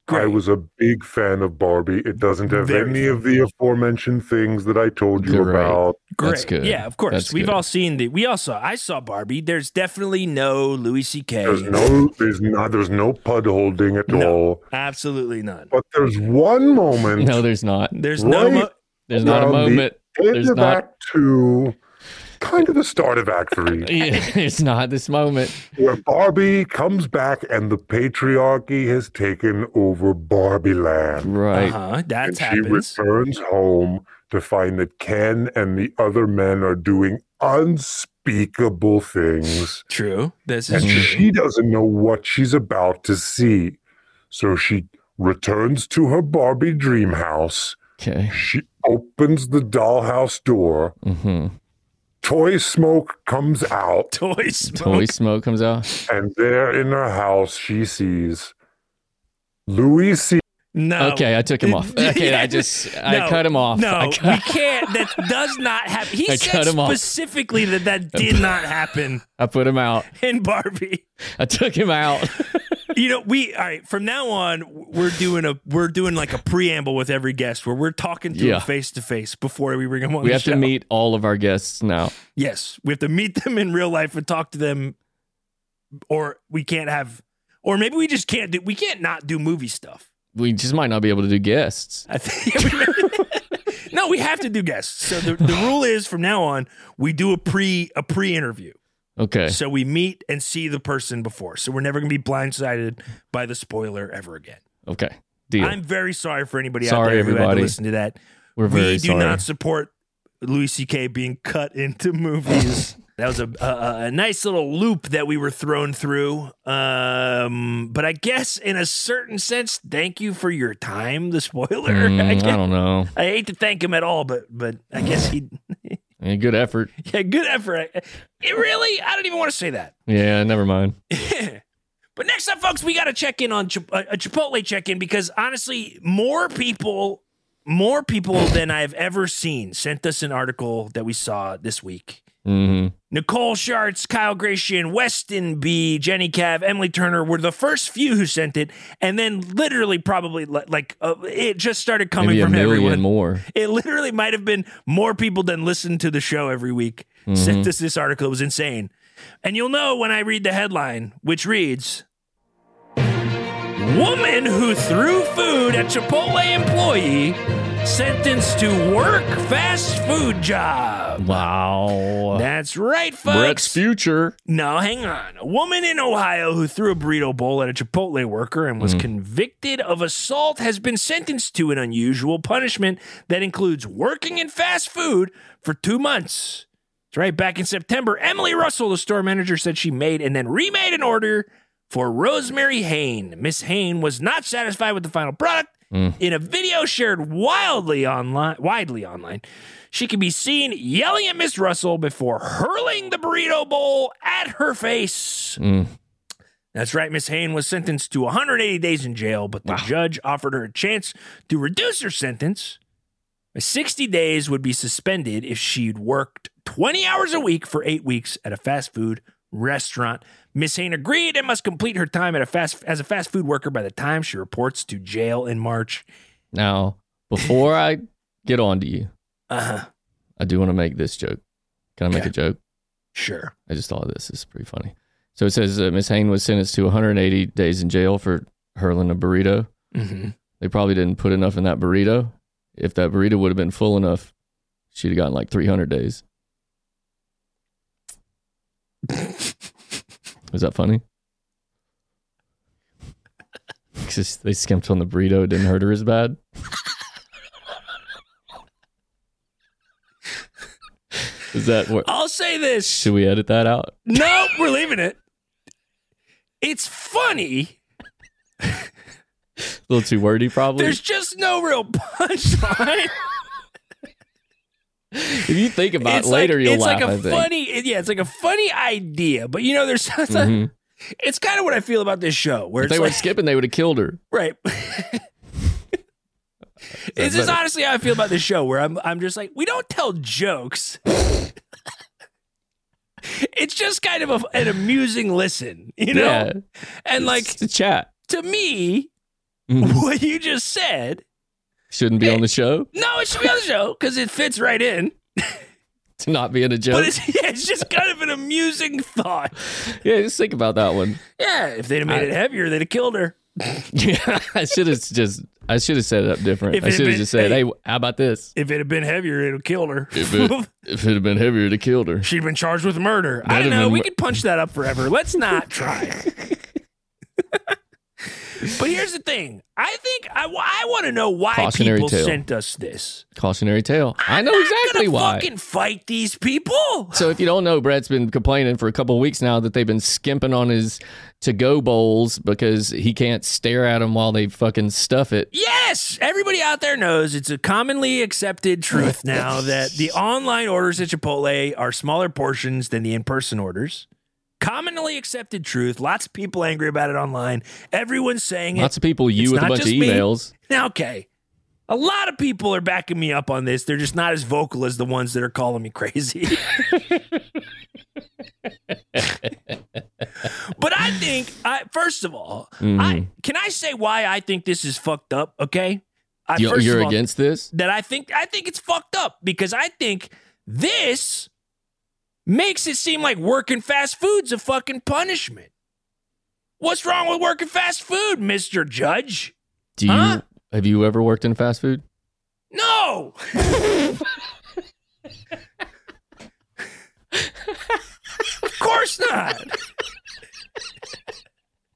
I
Great.
was a big fan of Barbie. It doesn't have
Very
any of the aforementioned things that I told you
Great.
about.
Great.
That's good.
Yeah, of course.
That's
We've
good.
all seen the. We all saw. I saw Barbie. There's definitely no Louis C.K.
There's no, there's not, there's no pud holding at
No.
all.
Absolutely none.
But there's one moment
No, there's not.
There's no.
Right.
Mo-
There's not a
Well, the-
moment.
end
there's
of
not-
Act Two, kind of the start of Act Three.
*laughs* Yeah, there's not this moment.
where Barbie comes back and the patriarchy has taken over Barbie land.
Right.
uh-huh. That
and she
happens.
returns home to find that Ken and the other men are doing unspeakable things.
True. This is
And
true.
*laughs* she doesn't know what she's about to see. So she returns to her Barbie dream house.
Okay.
She opens the dollhouse door.
hmm
Toy smoke comes out.
Toy smoke.
Toy smoke comes out.
And there in her house, she sees Louis C.
No.
Okay, I took him
*laughs*
off. Okay, I just I
No.
cut him off.
No,
*laughs* I
we
cut,
can't. That does not happen. He
I
said
cut him off.
specifically that that did not happen
I put him out.
in Barbie.
I took him out. *laughs*
Oh, You know, we all right. From now on, we're doing a we're doing like a preamble with every guest where we're talking to
Yeah.
them face to face before we bring them on.
We
the
have to
show.
meet all of our guests now.
Yes, we have to meet them in real life and talk to them, or we can't have, or maybe we just can't do. We can't not do movie stuff.
We just might not be able to do guests.
I *laughs* think. no, we have to do guests. So the, the rule is from now on, we do a pre a pre interview.
Okay.
So we meet and see the person before. So we're never going to be blindsided by the spoiler ever again.
Okay. Deal.
I'm very sorry for anybody out
Sorry,
there who had to
everybody.
listen to that.
We're
we
very
do
sorry. *laughs*
not support Louis C.K. being cut into movies. That was a, a a nice little loop that we were thrown through. Um, but I guess in a certain sense, thank you for your time. The spoiler. *laughs*
Mm,
I,
I
guess,
don't know.
I hate to thank him at all, but but I guess he *laughs*
Yeah, good effort.
yeah, good effort. I- It really, I don't even want to say that.
Yeah, never mind.
But next up, folks, we got to check in on Chip- a a Chipotle check in because honestly, more people, more people than I've ever seen sent us an article that we saw this week.
hmm
Nicole Schartz, Kyle Gratian, Weston B, Jenny Cav, Emily Turner were the first few who sent it, and then literally probably li- like uh, it just started coming
Maybe a
from
million
everyone.
more.
It literally might have been more people than listen to the show every week sent us this article. It was insane, and you'll know when I read the headline, which reads. Woman who threw food at Chipotle employee sentenced to work fast food job.
Wow.
That's right, folks.
Brett's future.
No, hang on. A woman in Ohio who threw a burrito bowl at a Chipotle worker and was convicted of assault has been sentenced to an unusual punishment that includes working in fast food for two months. That's right. Back in September, Emily Russell, the store manager, said she made and then remade an order for Rosemary Hain. Miss Hain was not satisfied with the final product. In a video shared wildly online, widely online, she can be seen yelling at Miss Russell before hurling the burrito bowl at her face.
Mm.
That's right, Miss Hain was sentenced to 180 days in jail, but the judge offered her a chance to reduce her sentence. 60 days would be suspended if she'd worked 20 hours a week for eight weeks at a fast food restaurant. Miss Hain agreed and must complete her time at a fast as a fast food worker by the time she reports to jail in March.
Now, before I get on to you,
Uh-huh.
I do want to make this joke. Can I make
Okay.
a joke?
Sure.
I just thought of this. This is pretty funny. So it says uh, Miss Hain was sentenced to 180 days in jail for hurling a burrito.
Mm-hmm.
They probably didn't put enough in that burrito. If that burrito would have been full enough, she'd have gotten like
*laughs*
300 days. Is that funny? *laughs* Because they skimped on the burrito, it didn't hurt her as bad. Is that what?
I'll say this.
Should we edit that out?
No, we're leaving it. It's funny.
A little too wordy, probably.
There's just no real *laughs* punchline.
if you think about it
it's
later,
like,
you'll
it's
laugh.
like a
I think.
funny, yeah, it's like a funny idea, but you know, there's *laughs*
Mhm.
it's kind of what I feel about this show, where
If they
it's
were
like,
skipping, they would have killed her.
right. *laughs* this is
better?
honestly how I feel about this show, where I'm, I'm just like, we don't tell jokes. *laughs* it's just kind of a, an amusing listen, you know,
yeah,
and *laughs* like
it's the chat
to me,
Mhm.
what you just said
shouldn't be on the show *laughs*
No, it should be on the show because it fits right in.
to not be in a joke.
But it's, *laughs* yeah, it's just kind of an amusing thought.
*laughs* yeah, just think about that one. *laughs*
Yeah, if they'd have made it heavier, they'd have killed her.
Yeah, I should have just I should have set it up different.
If
I
it had
should have
been-
just said,
hey.
"Hey, how about this?"
If it had been heavier, it'd have killed her.
If it- If it had been heavier, to killed her.
*laughs* She'd been charged with murder. I
That'd
don't
have
know.
been
We
mur-
could punch that up forever. Let's
*laughs*
not try. but here's the thing. I think I, want to know why
Cautionary
people
tale.
sent us this.
Cautionary tale. i
I'm
know
not
exactly
gonna
why.
Fucking fight these people.
So if you don't know, Brett's been complaining for a couple of weeks now that they've been skimping on his to-go bowls because he can't stare at them while they fucking stuff it.
Yes, everybody out there knows it's a commonly accepted
*laughs*
truth now that the online orders at Chipotle are smaller portions than the in-person orders. Commonly accepted truth. Lots of people angry about it online. Everyone's saying
Lots of people, you
It's
with a
not
bunch of
just me.
emails.
it. Now, okay, a lot of people are backing me up on this. They're just not as vocal as the ones that are calling me crazy.
*laughs*
*laughs* but I think, I, first of all,
Mm-hmm.
I, can I say why I think this is fucked up? Okay, I,
You,
first of
you're
all,
against this?
that I think I think it's fucked up because I think this makes it seem like working fast food's a fucking punishment. What's wrong with working fast food, Mr. Judge?
Do you
Huh?
have you ever worked in fast food? *laughs*
No. of course not.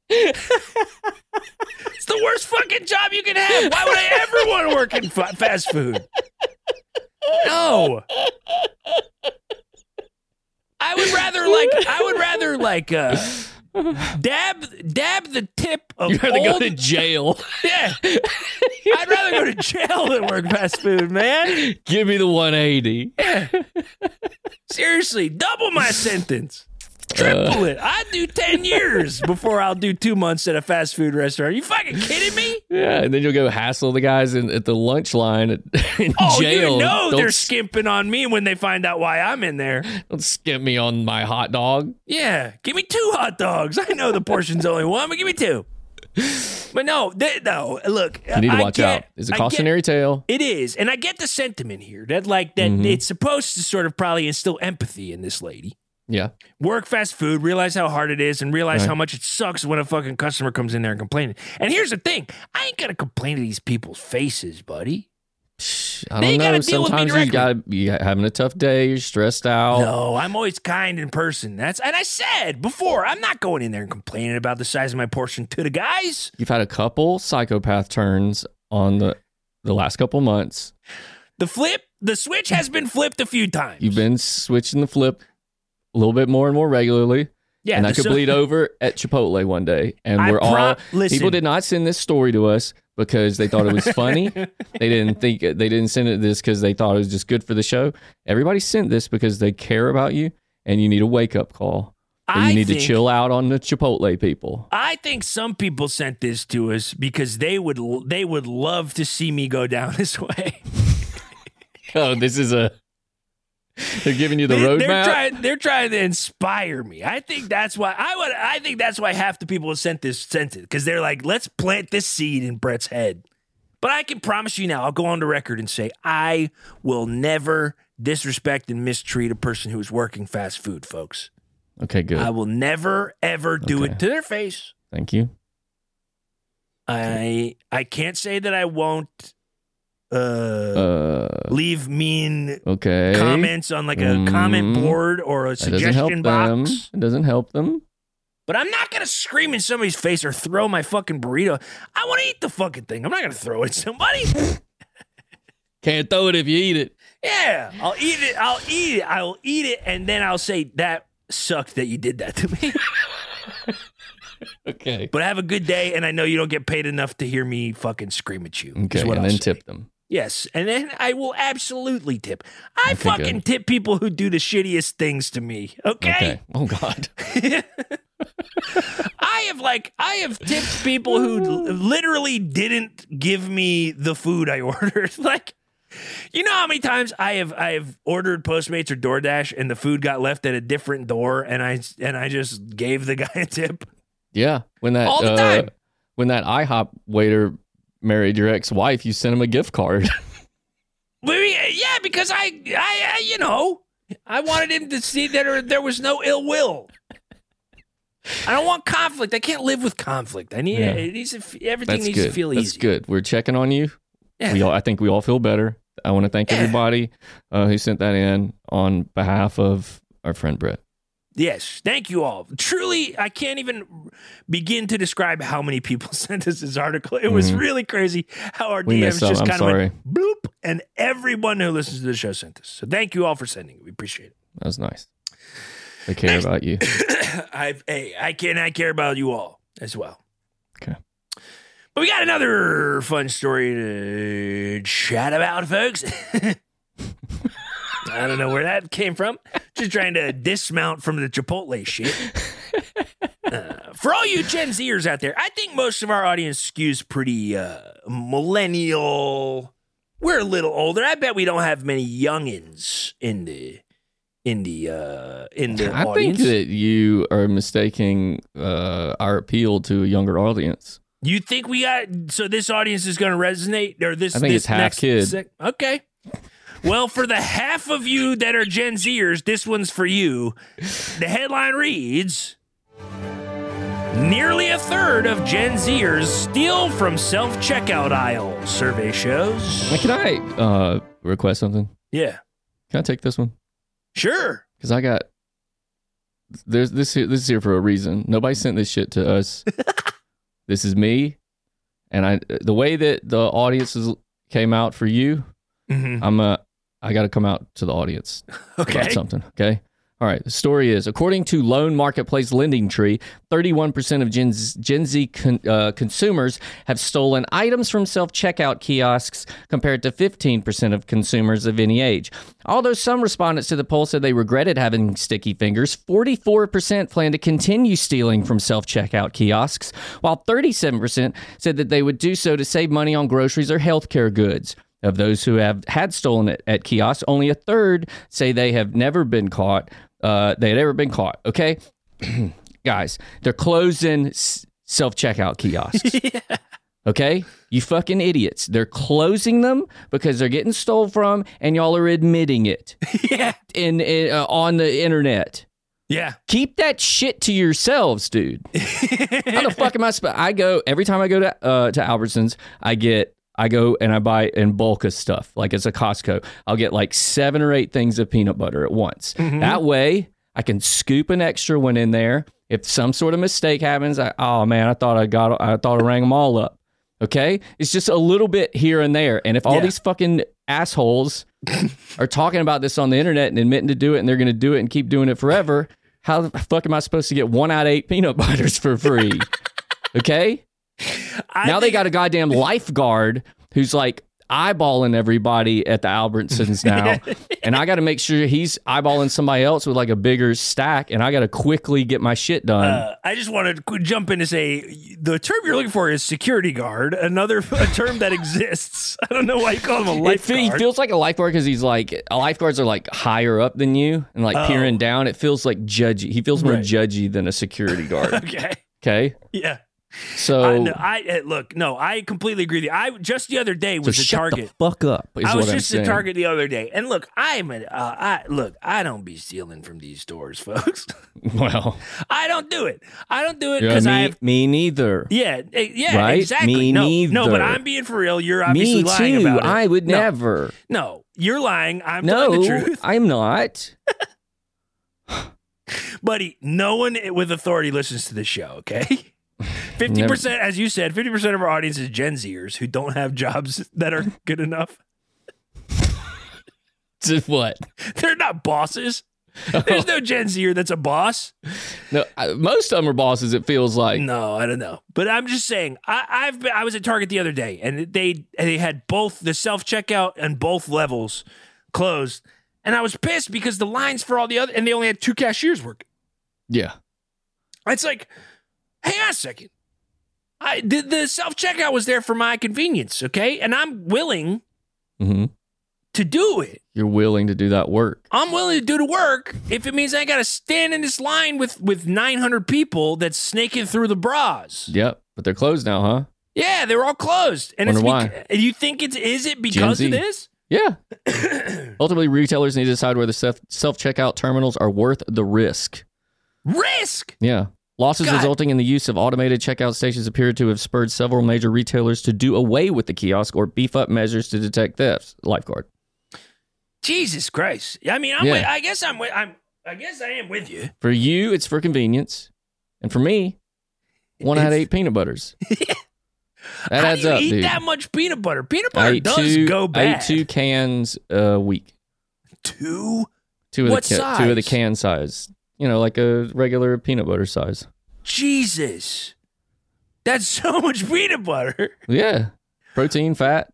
it's the worst fucking job you can have. Why would I ever want to work in fa- fast food? No. I would rather like I would rather like uh, dab dab the tip of
You rather go
old- *laughs*
to jail.
yeah. I'd rather go to jail than work fast food, man.
Give me the 180.
Seriously, double my sentence. Triple it. I do ten
*laughs*
years before I'll do two months at a fast food restaurant. you fucking kidding me?
Yeah, and then you'll go hassle the guys in, at the lunch line at, *laughs* in
Oh,
jail.
you know
don't,
they're
s-
skimping on me when they find out why I'm in there.
don't skip me on my hot dog.
Yeah, give me two hot dogs. I know the portion's only one, but give me two. But no, th- no. Look,
You need to
I
watch
get-
out. It's a
I get-
cautionary tale.
It is, and I get the sentiment here that like that
Mm-hmm.
it's supposed to sort of probably instill empathy in this lady.
Yeah.
Work fast food, realize how hard it is, and realize
Right.
how much it sucks when a fucking customer comes in there and complaining. And here's the thing: I ain't gonna complain to these people's faces, buddy.
I
They
don't
gotta
know.
deal with me
Sometimes
directly.
you got you having a tough day. You're stressed out.
No, I'm always kind in person. That's and I said before, I'm not going in there and complaining about the size of my portion to the guys.
You've had a couple psychopath turns on the the last couple months.
The flip, the switch has been flipped a few times.
You've been switching the flip a little bit more and more regularly.
yeah,
and
the
that could
so-
bleed over at Chipotle one day. And
I
we're
pro-
all
listen.
people did not send this story to us because they thought it was
*laughs*
funny. they didn't think they didn't send it this because they thought it was just good for the show. Everybody sent this because they care about you and you need a wake up call. And
I
you need
think-
to chill out on the Chipotle people.
I think some people sent this to us because they would they would love to see me go down *laughs* this way.
Oh, this is a. They're giving you the
They- They're
roadmap.
trying they're trying to inspire me. I think that's why I would I think that's why half the people who sent this sent it because they're like, let's plant this seed in Brett's head. But I can promise you now, I'll go on the record and say I will never disrespect and mistreat a person who is working fast food, folks.
okay, good.
I will never ever do
Okay.
it to their face.
Thank you.
I I can't say that I won't uh,
Uh,
leave mean
okay.
comments on like a comment
Mm.
board or a
That doesn't help
suggestion
them.
box.
It doesn't help them.
But I'm not gonna scream in somebody's face or throw my fucking burrito. I want to eat the fucking thing. I'm not gonna throw it at somebody.
Can't throw it if you eat it.
yeah, I'll eat it. I'll eat it. I'll eat it, and then I'll say that sucked that you did that to me. *laughs*
Okay.
but have a good day, and I know you don't get paid enough to hear me fucking scream at you. is
Okay,
what
and
I'll
then
say.
tip them.
Yes, and then I will absolutely tip. I
Okay,
fucking
good.
tip people who do the shittiest things to me.
Okay.
Okay.
Oh God. *laughs*
I have like I have tipped people who l- literally didn't give me the food I *laughs* ordered. like you know how many times I have I have ordered Postmates or DoorDash and the food got left at a different door and I and I just gave the *laughs* guy a tip.
Yeah. When that
All the
uh,
time.
When that IHOP waiter married your ex-wife, you sent him a gift *laughs* card.
Maybe, yeah, because I, I, I, you know, I wanted him to see that there, there was no ill will. I don't want conflict. I can't live with conflict. I need
Yeah.
it needs to, f- everything
That's
needs
good.
to feel
That's
easy.
good. We're checking on you.
Yeah.
We all, I think we all feel better. I want to thank
Yeah.
everybody uh, who sent that in on behalf of our friend Brett.
Yes, thank you all. Truly, I can't even begin to describe how many people *laughs* sent us this article. It was
Mhm.
really crazy how our
We
DMs
missed some.
just
I'm
kind of
sorry.
went bloop, and everyone who listens to the show sent us. So thank you all for sending. it. We appreciate
That was nice. They care about you.
it. *coughs* I've, hey, I can I care about you all as well.
Okay.
But we got another fun story to chat about, folks. *laughs* I don't know where that came from. Just trying to dismount from the Chipotle
*laughs*
shit. Uh, for all you Gen Zers out there, I think most of our audience skews pretty uh, millennial. We're a little older. I bet we don't have many youngins in the in the uh, in the
I
audience.
think that you are mistaking uh, our appeal to a younger audience.
You think we got so this audience is going to resonate or this?
I think
this
it's half
next
kid.
sec- okay. Well, for the half of you that are Gen Zers, this one's for you. The headline reads: Nearly a third of Gen Zers steal from self-checkout aisle. Survey shows.
Now, can I uh, request something?
Yeah,
Can I take this one?
sure.
Because I got there's this here, this is here for a reason. Nobody sent this shit to us. this is me, and I the way that the audiences came out for you.
Mhm.
Mm-hmm. I'm uh, I got to come out to the audience about
*laughs* Okay.
something. Okay, All right, the story is according to Loan Marketplace Lending Tree, 31% of Gen Z, Gen Z con, uh, consumers have stolen items from self checkout kiosks compared to 15% of consumers of any age. Although some respondents to the poll said they regretted having sticky fingers, 44% plan to continue stealing from self checkout kiosks, while 37% said that they would do so to save money on groceries or healthcare goods. Of those who have had stolen it at kiosks, only a third say they have never been caught. Uh, they had ever been caught. Okay, *clears throat* guys, they're closing self checkout kiosks. Okay, you fucking idiots. They're closing them because they're getting stole from, and y'all are admitting it
yeah.
in, in uh, on the internet.
Yeah.
Keep that shit to yourselves, dude. How the fuck am I? Sp- I go every time I go to uh, to Albertsons, I get I go and I buy in bulk of stuff. Like it's a Costco, I'll get like seven or eight things of peanut butter at once. That way, I can scoop an extra one in there. If some sort of mistake happens, I, oh man, I thought I got I thought I rang them all up. Okay, it's just a little bit here and there. And if all
Yeah.
these fucking assholes are talking about this on the internet and admitting to do it, and they're going to do it and keep doing it forever, how the fuck am I supposed to get one out of eight peanut *laughs* butters for free? okay
I
now they
think-
got a goddamn lifeguard who's like eyeballing everybody at the
*laughs*
Albertsons now. and I got to make sure he's eyeballing somebody else with like a bigger stack and I got to quickly get my shit done.
Uh, I just want to qu- jump in to say the term you're looking for is security guard, another *laughs* a term that exists. *laughs* I don't know why you call him a
it, fe- he
lifeguard.
feels like a lifeguard because he's like lifeguards are like higher up than you and like peering down. It feels like judgy. He feels more
Oh. Right.
judgy than a security
*laughs*
guard.
*laughs* okay,
okay,
yeah. I,
so,
no, I eh, look. No, I completely agree. With you. I just the other day
so
was a
shut
target.
the fuck up. Is
I was
what
just
I'm
at
saying.
Target the other day, and look, I'm an. Uh, I look, I don't be stealing from these stores, *laughs* folks.
*laughs*
*laughs*
Well,
I don't do it. I don't do it
yeah,
because I
me-
have.
me neither.
Yeah, eh, yeah,
Right?
exactly.
Me
no, no, but
neither.
I'm being for real. You're obviously
Me
lying
too.
about it.
I would
No.
never.
No, you're lying. *laughs* I'm telling
No,
the truth.
*laughs*
*laughs*
I'm not.
buddy, no one with authority listens to this show, okay? *laughs* 50%, as you said, 50% of our audience is Gen Zers who don't have jobs *laughs* that are good enough. *laughs*
To what?
They're not bosses. There's no Gen Zer that's a boss.
No, I, most of them are bosses. It feels like.
No, I don't know. But I'm just saying, I, I've been, I was at Target the other day and they they had both the self checkout and both levels closed, and I was pissed because the lines for all the other and they only had two cashiers working.
Yeah.
It's like, hang on a second. I did the self checkout was there for my convenience, okay? And I'm willing
hmm
to do it.
You're willing to do that work.
I'm willing to do the work if it means I got to stand in this line with with 900 people that's snaking through the bras.
Yep. But they're closed now, huh?
Yeah, they were all closed. And it's
Wonder
beca- you think it's is it because
Gen
of
Z.
this?
Yeah.
*coughs*
Ultimately, retailers need to decide whether self checkout terminals are worth the risk.
Risk.
Yeah. Losses
God.
resulting in the use of automated checkout stations appear to have spurred several major retailers to do away with the kiosk or beef up measures to detect thefts. Lifeguard.
Jesus Christ. I mean, I'm
Yeah.
with, I guess I'm with, I'm I guess I am with you.
For you, it's for convenience. And for me, one out of
It's-
eight
*laughs*
peanut butters. that
How
adds
do you
up,
eat
dude.
that much peanut butter? Peanut
I
butter
ate
does
two,
go
I
bad.
ate two cans a week.
two
Two of
What
the ca- two of the
size?
can size. You know, like a regular peanut butter size.
Jesus. That's *laughs* so much peanut butter.
Yeah, protein, fat,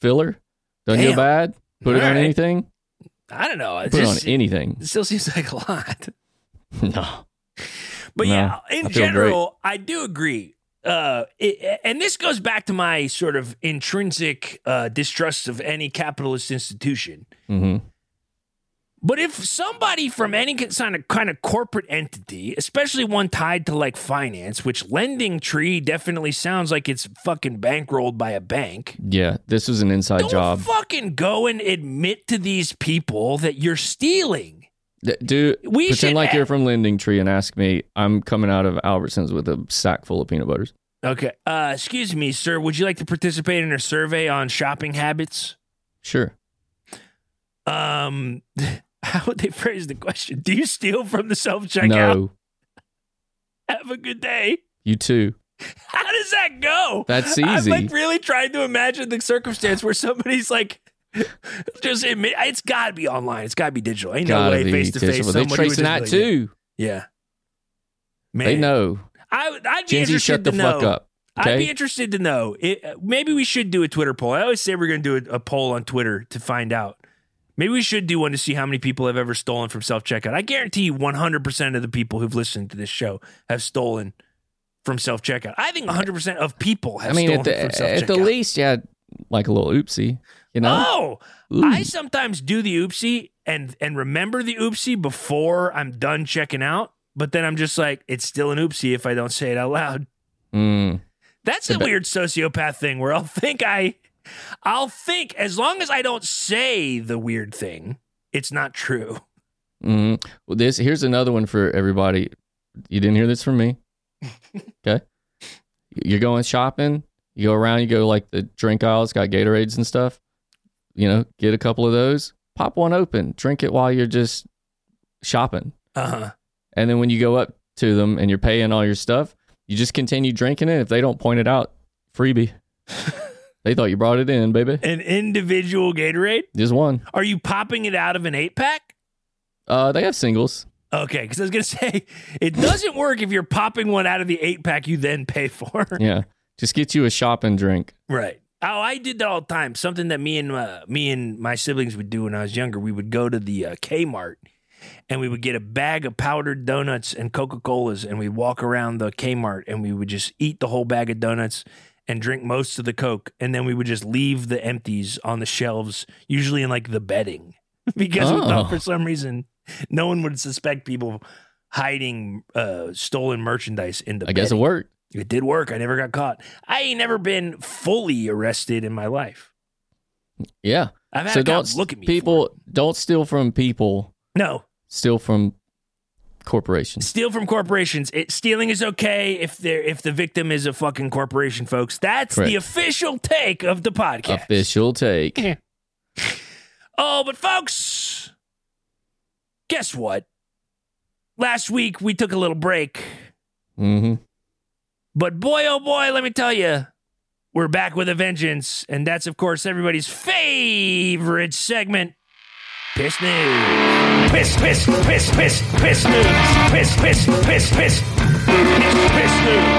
filler. Doesn't
Damn.
go bad. Put it
All
on
right.
anything.
I don't know. It,
Put it on e-
just-
anything. *laughs*
it still seems like a lot.
No.
But
No,
yeah, in
I feel
general, I do agree. Uh, it, and this goes back to my sort of intrinsic uh, distrust of any capitalist institution.
hmm
But if somebody from any kind of kind of corporate entity, especially one tied to like finance, which lending tree definitely sounds like it's fucking bankrolled by a bank,
Yeah, this was an inside
Don't
job.
fucking go and admit to these people that you're stealing.
D- Do
We should
pretend like
a-
you're from Lending Tree and ask me. I'm coming out of Albertsons with a sack full of peanut butters.
Okay. Uh, excuse me, sir. Would you like to participate in a survey on shopping habits?
Sure.
Um, *laughs* how would they phrase the question? Do you steal from the self checkout?
no,
Have a good day.
you too.
How does that go?
That's
I'm
easy.
like *laughs* really trying to imagine the circumstance where somebody's like, Just admit it's got to be online. It's got to be digital. Ain't
Gotta
no way
be
face to face.
digital. They're
somebody would
tracing that
just be like,
too.
Yeah, man.
They know.
I, would- I'd be
Gen Z,
interested
shut the
to
fuck
know.
up.
I'd be
Okay.
interested to know. It, uh, maybe we should do a Twitter poll. I always say we're going to do a, a poll on Twitter to find out. Maybe we should do one to see how many people have ever stolen from self checkout. I guarantee you 100% of the people who've listened to this show have stolen from self checkout. I think 100% of people have
I mean,
stolen
at
from
the
self checkout.
at the least, yeah, like a little oopsie, you know.
Oh, *gasps*
Ooh.
I sometimes do the oopsie and and remember the oopsie before I'm done checking out, but then I'm just like, it's still an oopsie if I don't say it out loud.
Mm.
That's a weird sociopath thing where I'll think I I'll think as long as I don't say the weird thing, it's not true.
Mm. Well, this here's another one for everybody. You didn't hear this from me. Okay. You're going shopping. You go around. You go like the drink aisle. It's got Gatorades and stuff. You know, get a couple of those. Pop one open. Drink it while you're just shopping.
Uh-huh.
And then when you go up to them and you're paying all your stuff, you just continue drinking it. If they don't point it out, freebie. they thought you brought it in, baby.
An individual Gatorade?
Just one.
Are you popping it out of an 8-pack?
Uh, they have singles.
Okay, because I was gonna *laughs* say it doesn't work if you're popping one out of the eight pack you then pay for.
Yeah. Just get you a shopping drink.
Right. Oh, I did that all the time. Something that me and uh, me and my siblings would do when I was younger. We would go to the uh, Kmart and we would get a bag of powdered donuts and Coca Colas, and we'd walk around the Kmart and we would just eat the whole bag of donuts and drink most of the Coke, and then we would just leave the empties on the shelves, usually in like the bedding, *laughs* because we thought
Oh.
for some reason no one would suspect people hiding uh, stolen merchandise in the.
I guess it
bedding.
worked.
It did work. I never got caught. I ain't never been fully arrested in my life.
Yeah.
I've had
So
a cop
don't
look at me. for
people
it.
don't steal from people.
no,
Steal from corporations.
steal from corporations. It, stealing is okay if they are if the victim is a fucking corporation, folks. That's the
Correct.
official take of the podcast. *laughs*
Official take.
Yeah. Oh, but folks, guess what? Last week we took a little break,
hmm
but boy, oh boy, let me tell you, we're back with a vengeance, and that's of course everybody's favorite segment. Piss news. Piss, piss, piss, piss, piss news. Piss, piss, piss, piss. Piss news.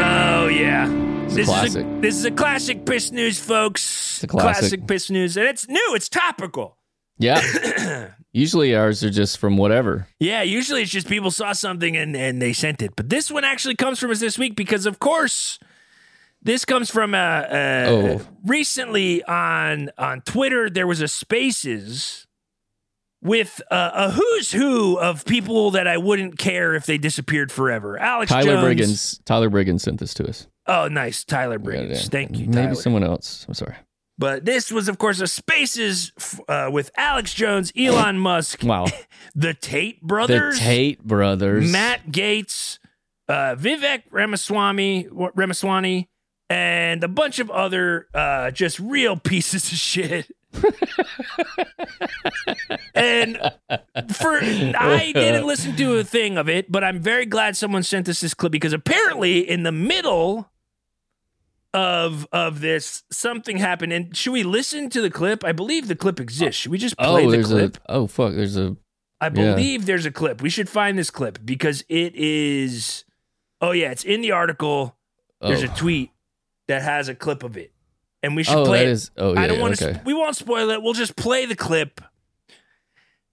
Oh yeah. this
classic.
is a, this is a classic piss news, folks.
a classic.
piss news, and it's new. It's topical.
Yeah.
*clears throat*
Usually ours are just from whatever.
Yeah, usually it's just people saw something and, and they sent it. But this one actually comes from us this week because, of course, this comes from uh, uh,
Oh.
recently on on Twitter. There was a Spaces with uh, a who's who of people that I wouldn't care if they disappeared forever. Alex
Tyler
Jones.
Briggins. Tyler Briggins sent this to us.
Oh, nice, Tyler
We got it
Briggins.
in.
Thank you,
Maybe
Tyler.
someone else. I'm sorry.
but this was, of course, a Spaces f- uh, with Alex Jones, Elon Musk,
Wow.
the Tate brothers.
The Tate brothers.
Matt Gates, uh, Vivek Ramaswamy, Ramaswamy, and a bunch of other uh, just real pieces of
*laughs*
shit. and for I didn't listen to a thing of it, but I'm very glad someone sent us this clip because apparently in the middle of of this something happened. And should we listen to the clip? I believe the clip exists. Should we just play
Oh,
the
there's
clip?
a. Oh fuck, there's a.
I
Yeah.
believe there's a clip. We should find this clip because it is. Oh yeah, it's in the article.
Oh,
There's a tweet that has a clip of it, and we should
oh
play
that
it.
is. Oh yeah.
I don't
yeah,
want to.
okay.
we won't spoil it. We'll just play the clip,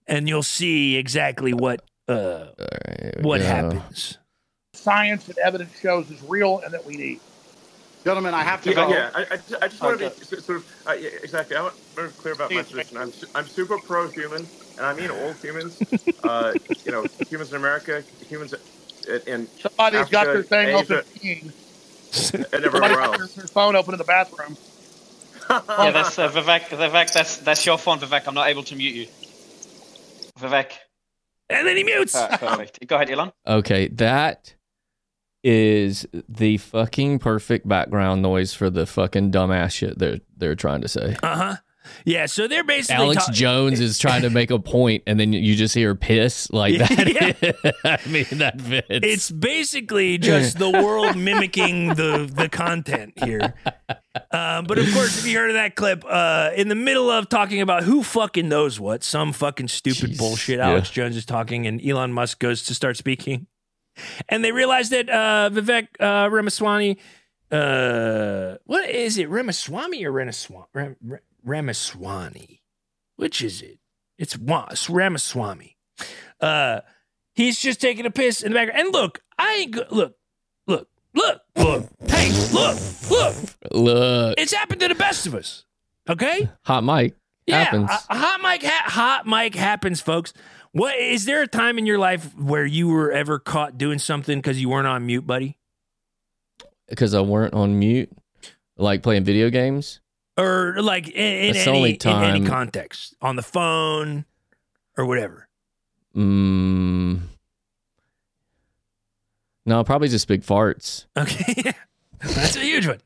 and you'll see exactly what uh,
All right, here we
what
go.
happens. *laughs*
science and evidence shows is real and that we need.
Gentlemen, I have to
Yeah,
go.
yeah. I, I, I just want to
Okay.
be s- sort of uh, yeah, exactly. I want to be clear about my position. I'm su- I'm super pro human, and I mean all humans.
*laughs*
uh, you know, humans in America, humans, in- in
Somebody's got their
Africa,
thing
Asia,
open, peeing.
and
Somebody's
everywhere
got
else.
their their phone open in the bathroom.
Yeah,
*laughs* yeah,
that's uh, Vivek. Vivek, that's that's your phone, Vivek. I'm not able to mute you. Vivek.
And then he
*laughs*
mutes.
Ah, perfect. *laughs* Go ahead, Elon.
Okay, that is the fucking perfect background noise for the fucking dumbass shit they're they're trying to say.
Uh huh. Yeah. So they're basically
Alex
ta-
Jones is trying to make a point, and then you just hear piss
*laughs*
like that. *laughs* I mean, that fits.
It's basically just the world mimicking the the content here. *laughs* Um, but of course, if you heard of that clip, uh, in the middle of talking about who fucking knows what, some fucking stupid
Jeez.
bullshit,
Yeah.
Alex Jones is talking and Elon Musk goes to start speaking. And they realize that uh, Vivek uh, Ramaswamy, uh, what is it, Ramaswamy or Renaswamy? Ram, Ra- Ramaswamy. Which is it? It's, Wa- it's Ramaswamy. Uh, he's just taking a piss in the background. And look, I ain't go- look, look, look, look. Hey, look, look.
Look,
It's happened to the best of us.
*laughs*
Okay?
hot mic.
Yeah.
Happens.
A, a hot mic ha- hot mic happens, folks. What is there a time in your life where you were ever caught doing something because you weren't on mute, buddy?
because I weren't on mute, like playing video games.
Or like in, in,
That's
any,
the only
in any
time-
context. On the phone or whatever. *laughs*
Mm. No, probably just big farts.
Okay. That's a huge one.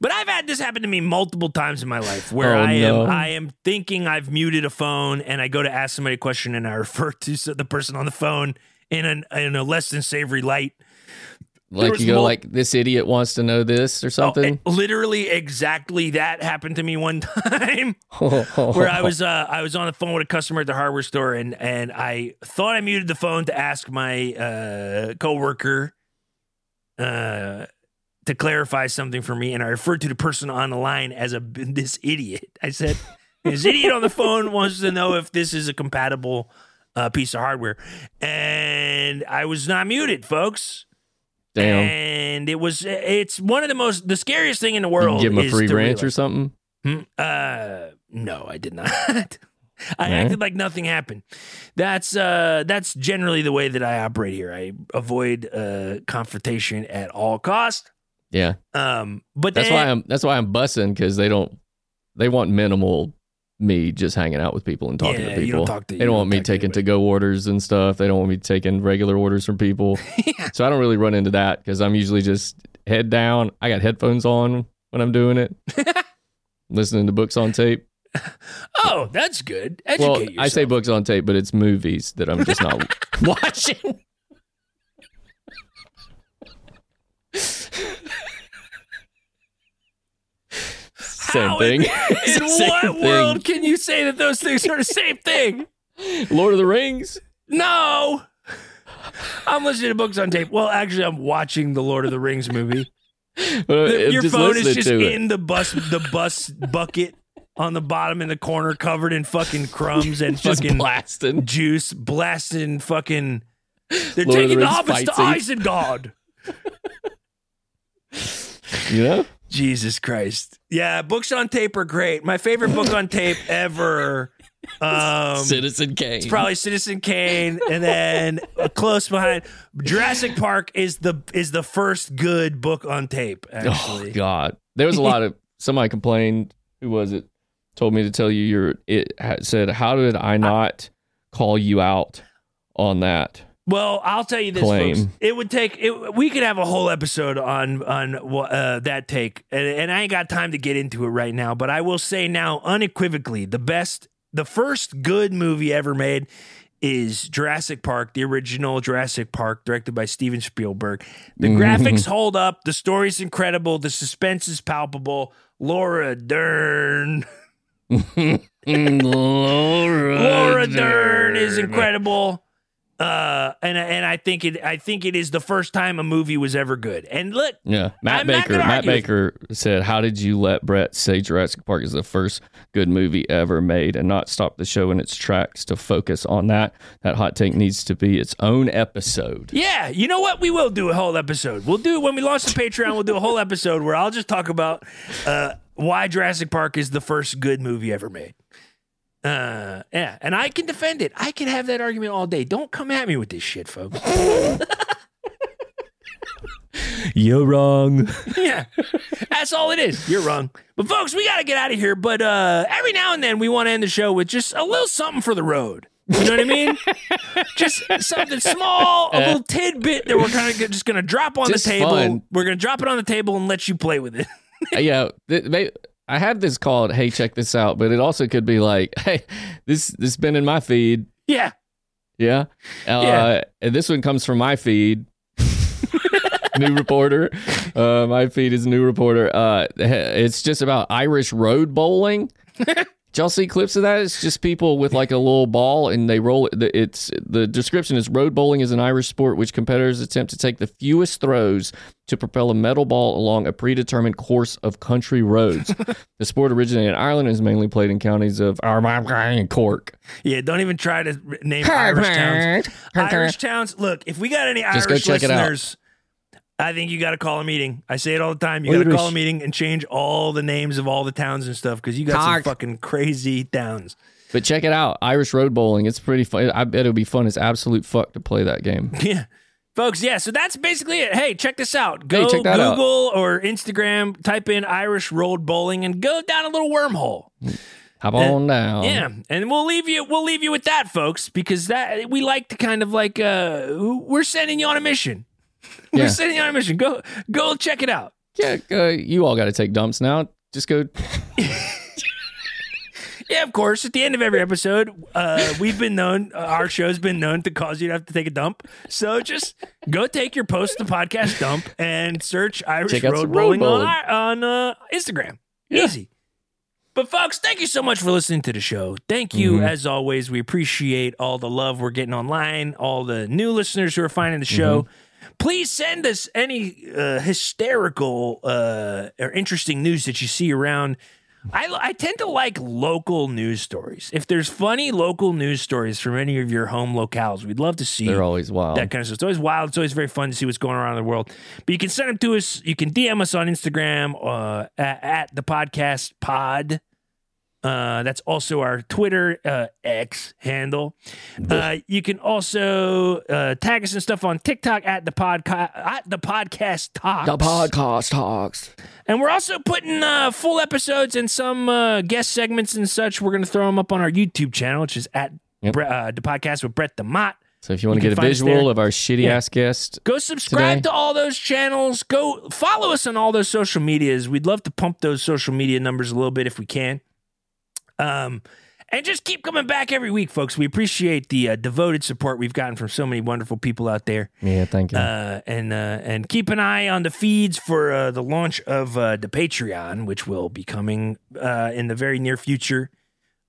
But I've had this happen to me multiple times in my life where
Oh,
I
no.
am I am thinking I've muted a phone and I go to ask somebody a question and I *laughs* refer to so- the person on the phone in an in a less than savory light.
Like
was
you go,
mul-
like this idiot wants to know this or
Oh,
something.
it- literally exactly that happened to me one *laughs* time where
Oh.
I was uh, I was on the phone with a customer at the hardware store and and I thought I muted the phone to ask my uh, coworker uh, to clarify something for me, and I referred to the person on the line as a *laughs* this idiot. I said, "This idiot on the phone wants to know if this is a compatible uh, piece of hardware," and I was not muted, folks.
*laughs* Damn.
And it was it's one of the most the scariest thing in the
Did you
world.
give him a
is
free
to
ranch
realize-
or something?
Hmm? Uh, no, I did not. *laughs* I
Alright.
acted like nothing happened. That's uh, that's generally the way that I operate here. I avoid uh, confrontation at all cost.
Yeah.
Um, but
That's
then,
why I'm. That's why I'm bussing because they don't. They want minimal me just hanging out with people and talking
Yeah,
to people.
You don't talk to,
they don't want me taking to
to
go orders and stuff. They don't want me taking regular orders from
*laughs*
people. So I don't really run into that because I'm usually just head down. I got headphones on when I'm doing
*laughs*
it, listening to books on tape.
Oh, that's good. Educate
well,
yourself.
I say books on tape, but it's movies that
*laughs*
I'm just not *laughs* watching. Same
How
thing.
in- In
*laughs* Same
what
thing.
world can you say that those things are the same thing?
Lord of the Rings.
No. I'm listening to books on tape. Well, actually, I'm watching the Lord of the Rings
*laughs*
movie.
Uh,
The- your phone is just in the bus the bus bucket on the bottom in the corner covered in fucking crumbs and
*laughs* just
fucking
blasting.
juice blasting fucking they're
Lord of the
taking the,
Rings eh?
hobbits to
fight
Isengard.
*laughs* You know,
Jesus Christ. Yeah, books on tape are great. My favorite book on tape
*laughs*
ever. Um
Citizen Kane.
it's probably Citizen Kane and then *laughs* close behind Jurassic Park is the is the first good book on tape
Oh
actually.
God, there was
*laughs*
a lot of somebody complained. Who was it? Told me to tell you your. It ha- said, "How did I not call you out on that?"
Well, I'll tell you this,
Claim.
folks. It would take. It, we could have a whole episode on on uh, that take, and, and I ain't got time to get into it right now. But I will say now, unequivocally, the best, the first good movie ever made is Jurassic Park, the original Jurassic Park, directed by Steven Spielberg. The
Mhm.
graphics hold up. The story's incredible. The suspense is palpable. Laura Dern,
Mm, Laura,
Laura Dern is incredible. Uh, and and I think it I think it is the first time a movie was ever good. And look,
*laughs* Yeah, Matt
I'm not
Baker.
gonna
Matt
argue with
Baker said, "How did you let Brett say Jurassic Park is the first good movie ever made and not stop the show in its tracks to focus on that? That hot take needs to be its own episode."
yeah, you know what? We will do a whole episode. We'll do when we launch the Patreon. We'll do a whole episode where I'll just talk about uh, why Jurassic Park is the first good movie ever made. Uh, yeah, and I can defend it. I can have that argument all day. Don't come at me with this shit, folks.
You're wrong.
yeah. That's all it is. You're wrong. But folks, we gotta get out of here. But uh every now and then we wanna end the show with just a little something for the road. You know what I
*laughs*
mean? just something small, a little tidbit that we're kind of just gonna drop on
Just
the table.
fun.
We're gonna drop it on the table and let you play with it. *laughs*
Uh, yeah, th- may- I have this called "Hey, check this out," but it also could be like, *laughs* "Hey, this this has been in my feed."
yeah.
Yeah, uh,
Yeah.
And this one comes from my feed. new reporter. Uh, my feed is new reporter. Uh, it's just about Irish road bowling. Did y'all see clips of that? It's just people with like a little ball and they roll it. The- It's the description is road bowling is an Irish sport which competitors attempt to take the fewest throws to propel a metal ball along a predetermined course of country roads. the sport originated in Ireland and is mainly played in counties of Armagh and Cork.
Yeah, don't even try to r- name Irish towns. Irish towns. Look, if we got any
Just go
Irish
check it out.
listeners, I think you got to call a meeting. I say it all the time. You got to
Irish.
call a meeting and change all the names of all the towns and stuff because you got
Cork.
some fucking crazy towns. *laughs*
But check it out, Irish road bowling. It's pretty fun. I bet it'll be fun. It's absolute fuck to play that game.
Yeah. Folks, yeah, so that's basically it. Hey, check this out. Go
check that out.
Google or Instagram, type in Irish Road Bowling and go down a little wormhole.
Hop
Uh,
on down.
Yeah, and we'll leave you we'll leave you with that, folks, because that we like to kind of like uh we're sending you on a mission.
Yeah.
We're sending you on a mission. Go go check it out.
Yeah, uh, you all got to take dumps now. Just go.
Yeah, of course. At the end of every episode, uh, we've been known, uh, our show's been known to cause you to have to take a dump. So just go take your post to podcast dump and search Irish
Check out some
Road
road
Bowling on,
bowling.
I- on uh, Instagram. Easy. But folks, thank you so much for listening to the show. Thank you,
Mhm.
as always. We appreciate all the love we're getting online, all the new listeners who are finding the show.
Mm-hmm.
Please send us any uh, hysterical uh, or interesting news that you see around. I, I tend to like local news stories. If there's funny local news stories from any of your home locales, we'd love to see
They're always wild.
that kind of stuff. It's always wild. It's always very fun to see what's going around in the world. But you can send them to us. You can DM us on Instagram uh, at, at the podcast pod. Uh, that's also our Twitter uh, X handle. Uh, you can also uh, tag us and stuff on TikTok at the podcast at the podcast talks.
The podcast talks.
And we're also putting uh, full episodes and some uh, guest segments and such. We're going to throw them up on our YouTube channel, which is at
Yep.
Bre- uh, the podcast with Brett the Mott.
So if you want
You
to
can
get a
find us
visual
there.
of our shitty
Yeah.
ass guest,
Go subscribe to
Today.
all those channels. Go follow us on all those social medias. We'd love to pump those social media numbers a little bit if we can. Um, and just keep coming back every week, folks. We appreciate the uh, devoted support we've gotten from so many wonderful people out there.
yeah, thank you.
Uh, and uh, and keep an eye on the feeds for uh, the launch of uh, the Patreon, which will be coming uh, in the very near future.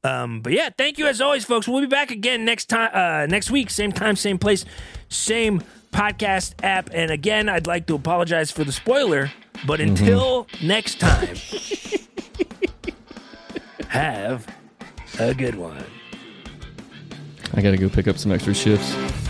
Um, but yeah, thank you as always, folks. We'll be back again next time, uh, next week, same time, same place, same podcast app. And again, I'd like to apologize for the spoiler, but until next time, have a good one.
I got to go pick up some extra shifts.